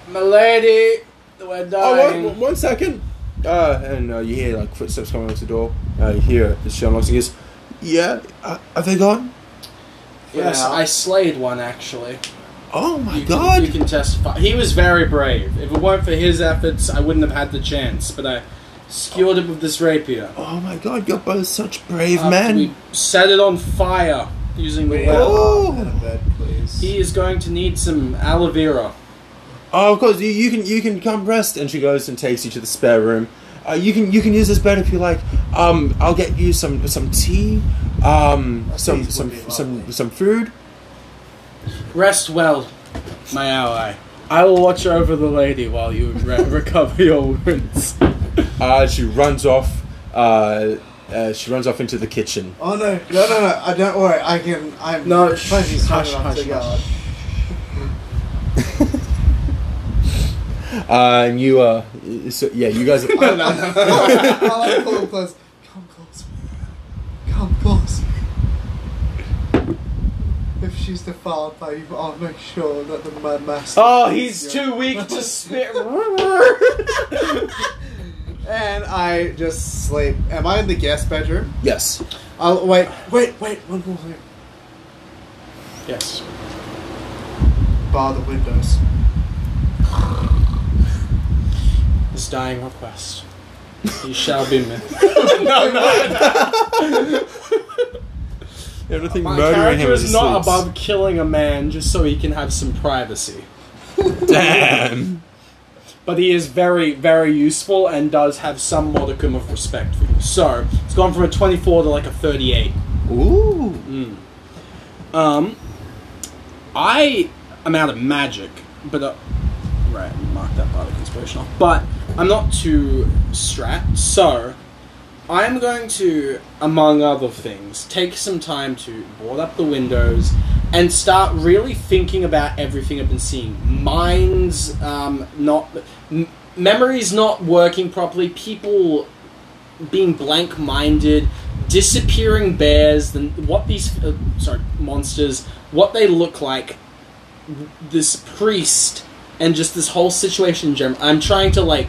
My lady, we're
Oh,
dying.
one, one second. Uh, and uh, you hear like footsteps coming out the door. Uh, you hear the shell knocks. He goes, "Yeah, uh, are they gone?
yes,
Yeah.
I slayed one actually.
Oh my
you
god!
Can, you can testify. He was very brave. If it weren't for his efforts, I wouldn't have had the chance. But I skewered it with this rapier.
oh my god! You're both such brave
After
men.
We set it on fire using the
We need
web.
Oh.
a bath and a bed, please.
He is going to need some aloe vera.
Oh, of course you, you can you can come rest." And she goes and takes you to the spare room. Uh, you can you can use this bed if you like. Um, I'll get you some some tea, um,
That
some
tea would
some
be
some
lovely.
some food.
Rest well, my ally. I will watch over the lady while you re- recover your wounds.
Uh, she runs off. Uh, uh, she runs off into the kitchen.
Oh no, no, no, no! I don't worry. I can. I'm
No, shh,
plenty strong
hush,
enough
hush,
to
hush.
guard.
Uh, and you, uh, so, yeah, you guys.
I like pulling close. Come close. Come close. If she's defiled by you, I'll make sure that the mad master.
Oh, he's too weak to spit.
And I just sleep. Am I in the guest bedroom?
yes.
I'll wait. Wait, wait. One more thing.
yes.
Bar the windows.
His dying request. He shall be missed.
Everything
My
murdering him
character
as
is
he
not
sleeps.
above killing a man just so he can have some privacy.
Damn.
But he is very, very useful and does have some modicum of respect for you. So, it's gone from a 24 to like a 38.
Ooh.
Um, I am out of magic, but uh, right, mark that part of conspiration off. But I'm not too strat, so I'm going to, among other things, take some time to board up the windows and start really thinking about everything I've been seeing. Minds, um, not m- memories, not working properly. People being blank minded, disappearing bears, then what these uh, sorry monsters, what they look like, this priest, and just this whole situation in general. I'm trying to like,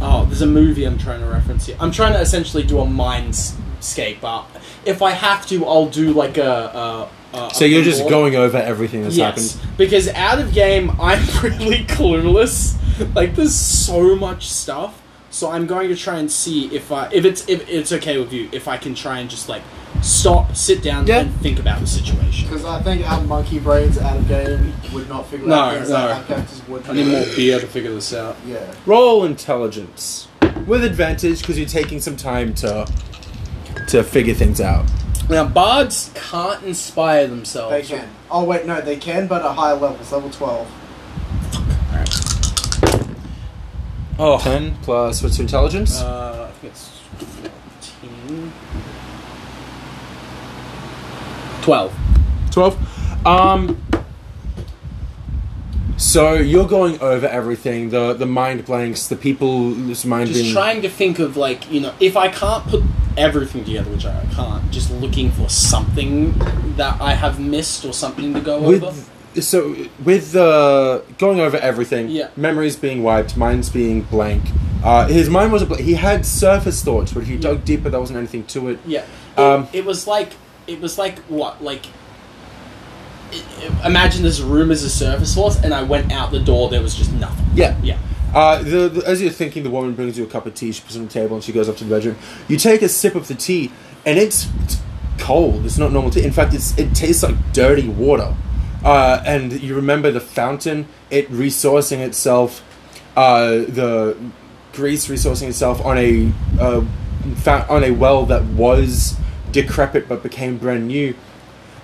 oh, there's a movie I'm trying to reference here. I'm trying to essentially do a mindscape art. If I have to, I'll do like a. a, a
So you're just
a-
going over everything that's happened.
because out of game, I'm really clueless. Like, there's so much stuff. So I'm going to try and see if I, if it's if it's okay with you, if I can try and just like stop, sit down,
Yeah.
and think about the situation.
Because I think our monkey brains out of game would not figure out
No,
things
no.
that our characters would.
I need more beer to figure this out.
Yeah.
Roll intelligence with advantage because you're taking some time to to figure things out.
Now, bards can't inspire themselves.
They can. Oh wait, no, they can, but at higher levels, level twelve.
Oh. 10 plus what's your intelligence?
Uh, I think it's 14. 12.
12. Um so you're going over everything, the the mind blanks, the people this mind
just
being
trying to think of like you know if i can't put everything together which i can't just looking for something that i have missed or something to go over
with so with uh, going over everything
Yeah.
memories being wiped minds being blank uh, his mind wasn't blank he had surface thoughts but if you
Yeah.
dug deeper there wasn't anything to it
yeah it,
Um,
it was like it was like what like i i- imagine this room is a surface force and i went out the door there was just nothing
yeah
yeah
Uh, the, the, as you're thinking, the woman brings you a cup of tea. She puts it on the table and she goes up to the bedroom. You take a sip of the tea, and it's cold. It's not normal tea. In fact, it's it tastes like dirty water. Uh, and you remember the fountain, it resourcing itself, uh, the Greece resourcing itself on a uh, fa- on a well that was decrepit but became brand new,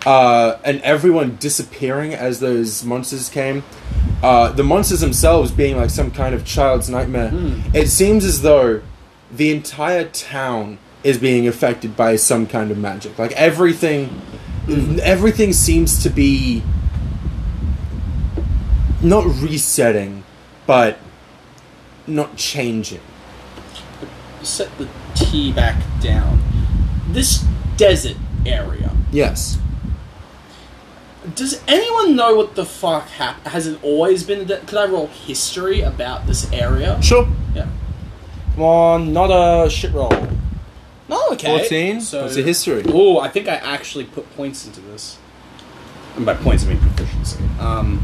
uh, and everyone disappearing as those monsters came. Uh, the monsters themselves being like some kind of child's nightmare. It seems as though the entire town is being affected by some kind of magic. Like everything, everything seems to be not resetting, but not changing.
set the tea back down. This desert area.
Yes.
Does anyone know what the fuck happened? Has it always been? De- Could I roll history about this area?
Sure.
Yeah. Come on, not a shit roll. No, okay.
14? What's the history?
Oh, I think I actually put points into this. And by points, I mean proficiency. Um,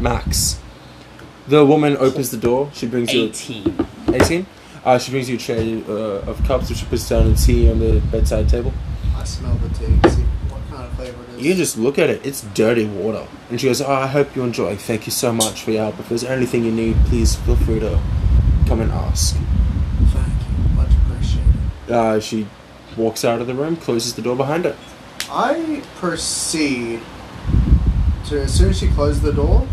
Max. The woman opens the door. She brings you
18.
18. Uh, she brings you a tray uh, of cups, which she puts down a tea on the bedside table.
I smell the tea. See what kind of flavor it is.
You just look at it. It's dirty water. And she goes, "Oh, I hope you enjoy. Thank you so much for your help. If there's anything you need, please feel free to come and ask."
Thank you. Much appreciated.
Uh, she walks out of the room, closes the door behind her.
I proceed to as soon as she closed the door.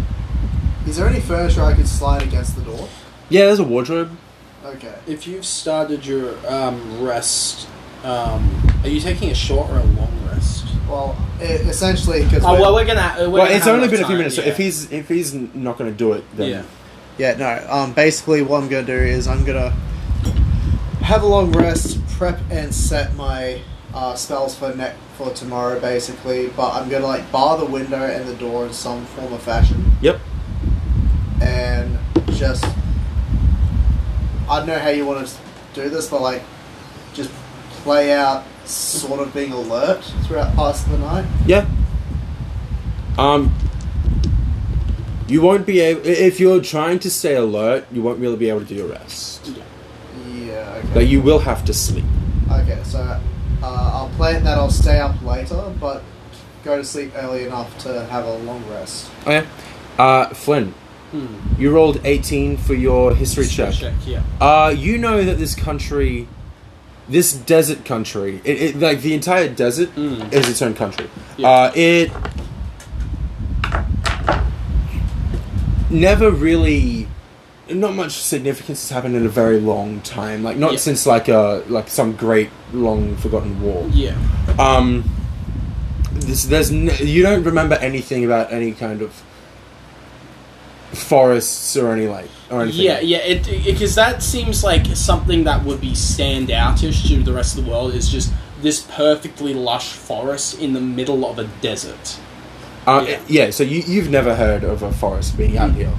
Is there any furniture I could slide against the door?
Yeah, there's a wardrobe.
Okay.
If you've started your um, rest, um, are you taking a short or a long rest?
Well, it, essentially, because
Oh well, we're gonna. We're
well,
gonna
it's
have
only
enough
been a few
time,
minutes. So
yeah.
if he's if he's n- not going to do it, then
yeah,
yeah, no. Um, basically, what I'm gonna do is I'm gonna have a long rest, prep, and set my uh, spells for neck for tomorrow, basically. But I'm gonna like bar the window and the door in some form or fashion.
Yep.
and just I don't know how you want to do this, but like just play out sort of being alert throughout parts of the night.
Yeah. Um. You won't be able if you're trying to stay alert. You won't really be able to do your rest.
Yeah. Okay.
Like you will have to sleep.
okay. So uh, I'll play it that I'll stay up later, but go to sleep early enough to have a long rest.
Okay. Uh, Flynn,
Hmm.
you rolled 18 for your history check.
yeah.
Uh, you know that this country, this desert country, it, it like the entire desert
Mm.
is its own country.
Yeah.
Uh, it never really, not much significance has happened in a very long time. Like not
Yeah.
since like a like some great long forgotten war.
Yeah.
Um, this, there's n you don't remember anything about any kind of forests or any like or anything.
Yeah, yeah, it because that seems like something that would be standoutish to the rest of the world is just this perfectly lush forest in the middle of a desert.
Uh,
Yeah.
yeah. so you, you've never heard of a forest being out
Mm.
here.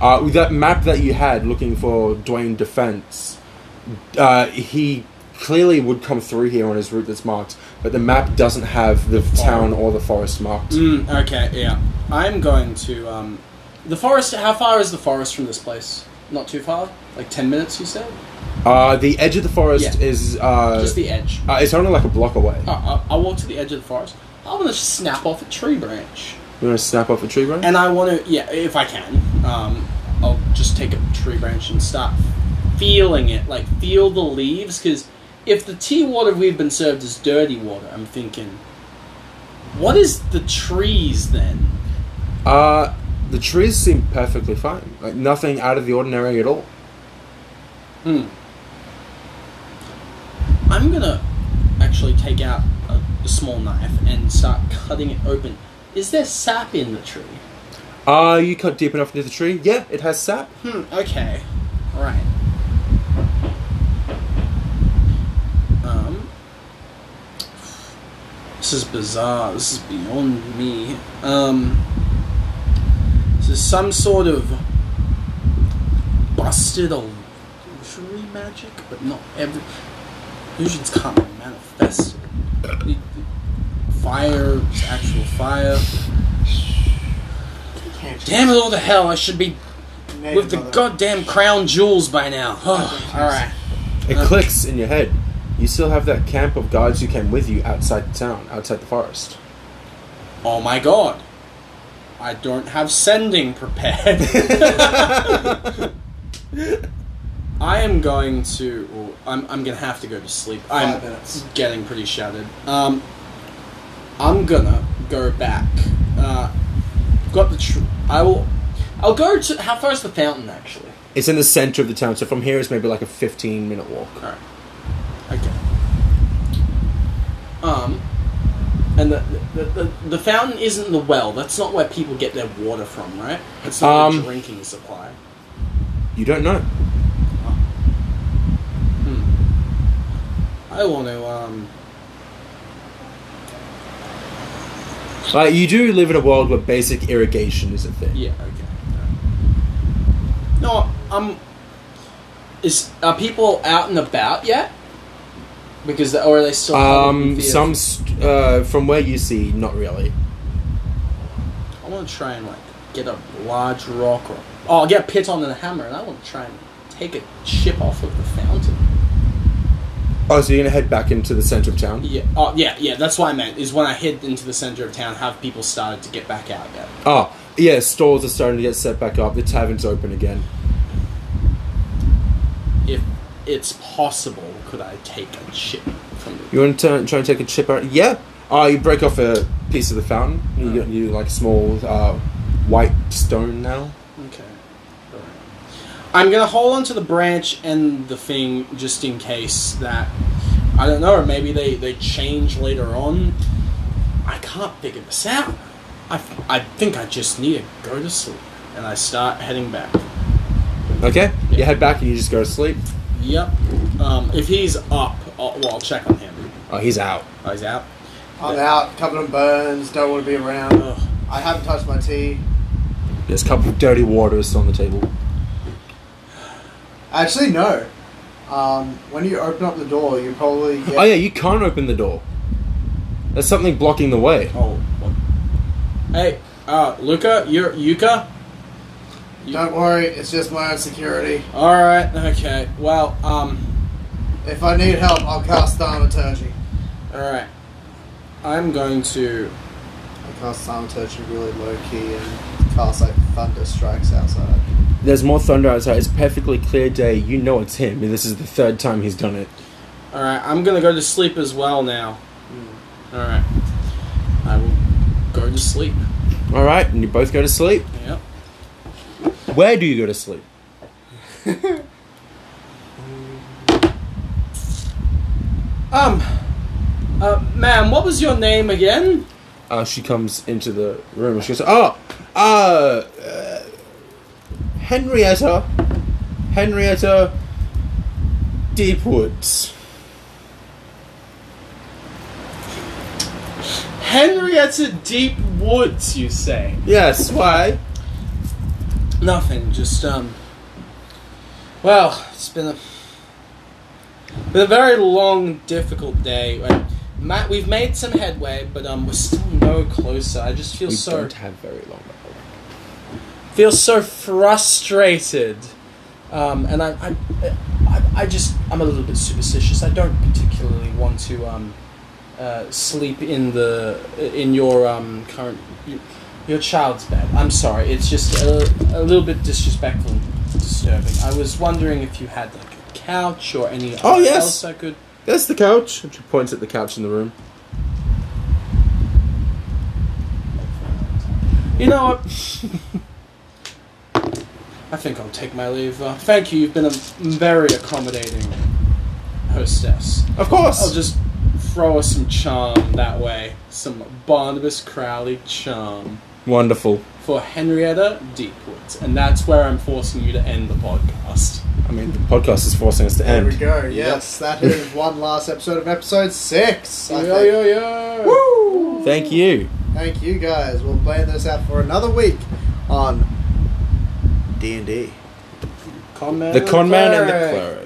Uh, with that map that you had looking for Dwayne Defense, uh, he clearly would come through here on his route that's marked, but the map doesn't have the town or the forest marked.
Mm, okay, yeah. I'm going to um, the forest. How far is the forest from this place? Not too far, like ten minutes. You said
Uh, the edge of the forest
Yeah.
is. Uh,
just the Oh. edge.
uh, it's only like a block away.
I, I, I walk to the edge of the forest. I want to snap off a tree branch,
You want to snap off a tree branch?
and I want to yeah, if I can, um, I'll just take a tree branch and start feeling it, like feel the leaves, because if the tea water we've been served is dirty water, I'm thinking, what is the trees then?
Uh, the trees seem perfectly fine. Like nothing out of the ordinary at all.
Hmm. I'm gonna actually take out a, a small knife and start cutting it open. Is there sap in the tree?
Uh, you cut deep enough into the tree. Yeah, it has sap.
Hmm, okay. Right. Um. This is bizarre. This is beyond me. Um. This is some sort of busted illusory magic, but not every. Illusions can't be manifested. The- the Fire, is actual fire. Damn it all to hell! I should be
Native
with the
mother. Oh,
goddamn crown jewels by now. All right.
It
Uh,
clicks in your head. You you still have that camp of guards who came with you outside the town, outside the forest.
Oh my god. I don't have sending prepared. I am going to. oh, I'm, I'm going to have to go to sleep. I'm
Five minutes.
getting pretty shattered. Um, I'm gonna go back. Uh, got the. Tr- I will. I'll go to. How far is the fountain actually?
It's in the center of the town, so from here it's maybe like a 15 minute walk.
Alright. Okay. Um, and the, the, the, the fountain isn't the well. That's not where people get their water from, right? It's not the
Um,
drinking supply.
You don't know.
Hmm.
hmm.
I want to, um...
Like, you do live in a world where basic irrigation is a thing.
Yeah, okay. No, I'm... Is, are people out and about yet? Because, they, or are they still... huddled in
Um,
fear?
some, st- uh, from where you see, not really.
I want to try and like get a large rock or oh, I'll get a pit on the hammer, and I want to try and take a chip off of the fountain.
Oh, so you're gonna head back into the center of town?
Yeah, oh yeah, yeah. That's what I meant. Is when I hid into the center of town, have people started to get back out yet?
Oh, yeah, stores are starting to get set back up. The tavern's open again.
If it's possible, could I take a chip from the?
You want to turn, try and take a chip out? Yeah. Oh, you break off a piece of the fountain. You get you like small uh, white stone now.
Okay. Alright. I'm gonna hold onto the branch and the thing just in case that I don't know, or maybe they, they change later on. I can't figure this out. I, I think I just need to go to sleep. And I start heading back.
Okay. You
Yeah.
head back and you just go to sleep.
Yep. Um, if he's up, I'll, well, I'll check on him.
Oh, he's out.
Oh, he's out.
I'm out, covered in burns, don't want to be around.
Ugh.
I haven't touched my tea.
There's a couple of dirty waters still on the table.
Actually, no. Um, when you open up the door, you probably get.
Oh yeah, you can't open the door. There's something blocking the way.
Oh. what- Hey, uh, Luca, you're Yuka.
Don't worry, it's just my own security.
All right. Okay. Well. Um.
If I need help, I'll cast Thaumaturgy.
Alright. I'm going to.
I cast Thaumaturgy really low key and cast like Thunder Strikes outside.
There's more thunder outside. It's perfectly clear day. You know it's him. And this is the third time he's done it.
Alright, I'm gonna go to sleep as well now. Alright. I will go to sleep.
All right, and you both go to sleep.
Yep.
Where do you go to sleep?
Um. Uh, ma'am, what was your name again?
Uh, she comes into the room. and She goes, "Oh, uh, uh, Henrietta, Henrietta Deepwoods."
Henrietta Deep Woods, you say?
Yes, why?
Nothing, just, um. Well, it's been a. Been a very long, difficult day. Like, ma- we've made some headway, but um, we're still no closer. I just feel
we
so.
don't have very long. by the way.
feel so frustrated. Um, and I, I, I, I just, I'm a little bit superstitious. I don't particularly want to um, uh, sleep in the in your um, current your, your child's bed. I'm sorry, it's just a, a little bit disrespectful and disturbing. I was wondering if you had like a couch or any
Oh, yes.
else I could.
There's the couch. She points at the couch in the room.
You know what? I think I'll take my leave. Uh, thank you. You've been a very accommodating hostess.
Of course.
I'll just throw us some charm that way. Some Barnabas Crowley charm
Wonderful.
for Henrietta Deepwood. And that's where I'm forcing you to end the podcast.
I mean, the podcast is forcing us to
There
end.
we go. Yes, that is one last episode of episode six. I
Yo,
think.
yo, yo!
Thank you.
Thank you guys. We'll plan this out for another week on D and D.
Con man
The
and
con man and the
cleric.
cleric.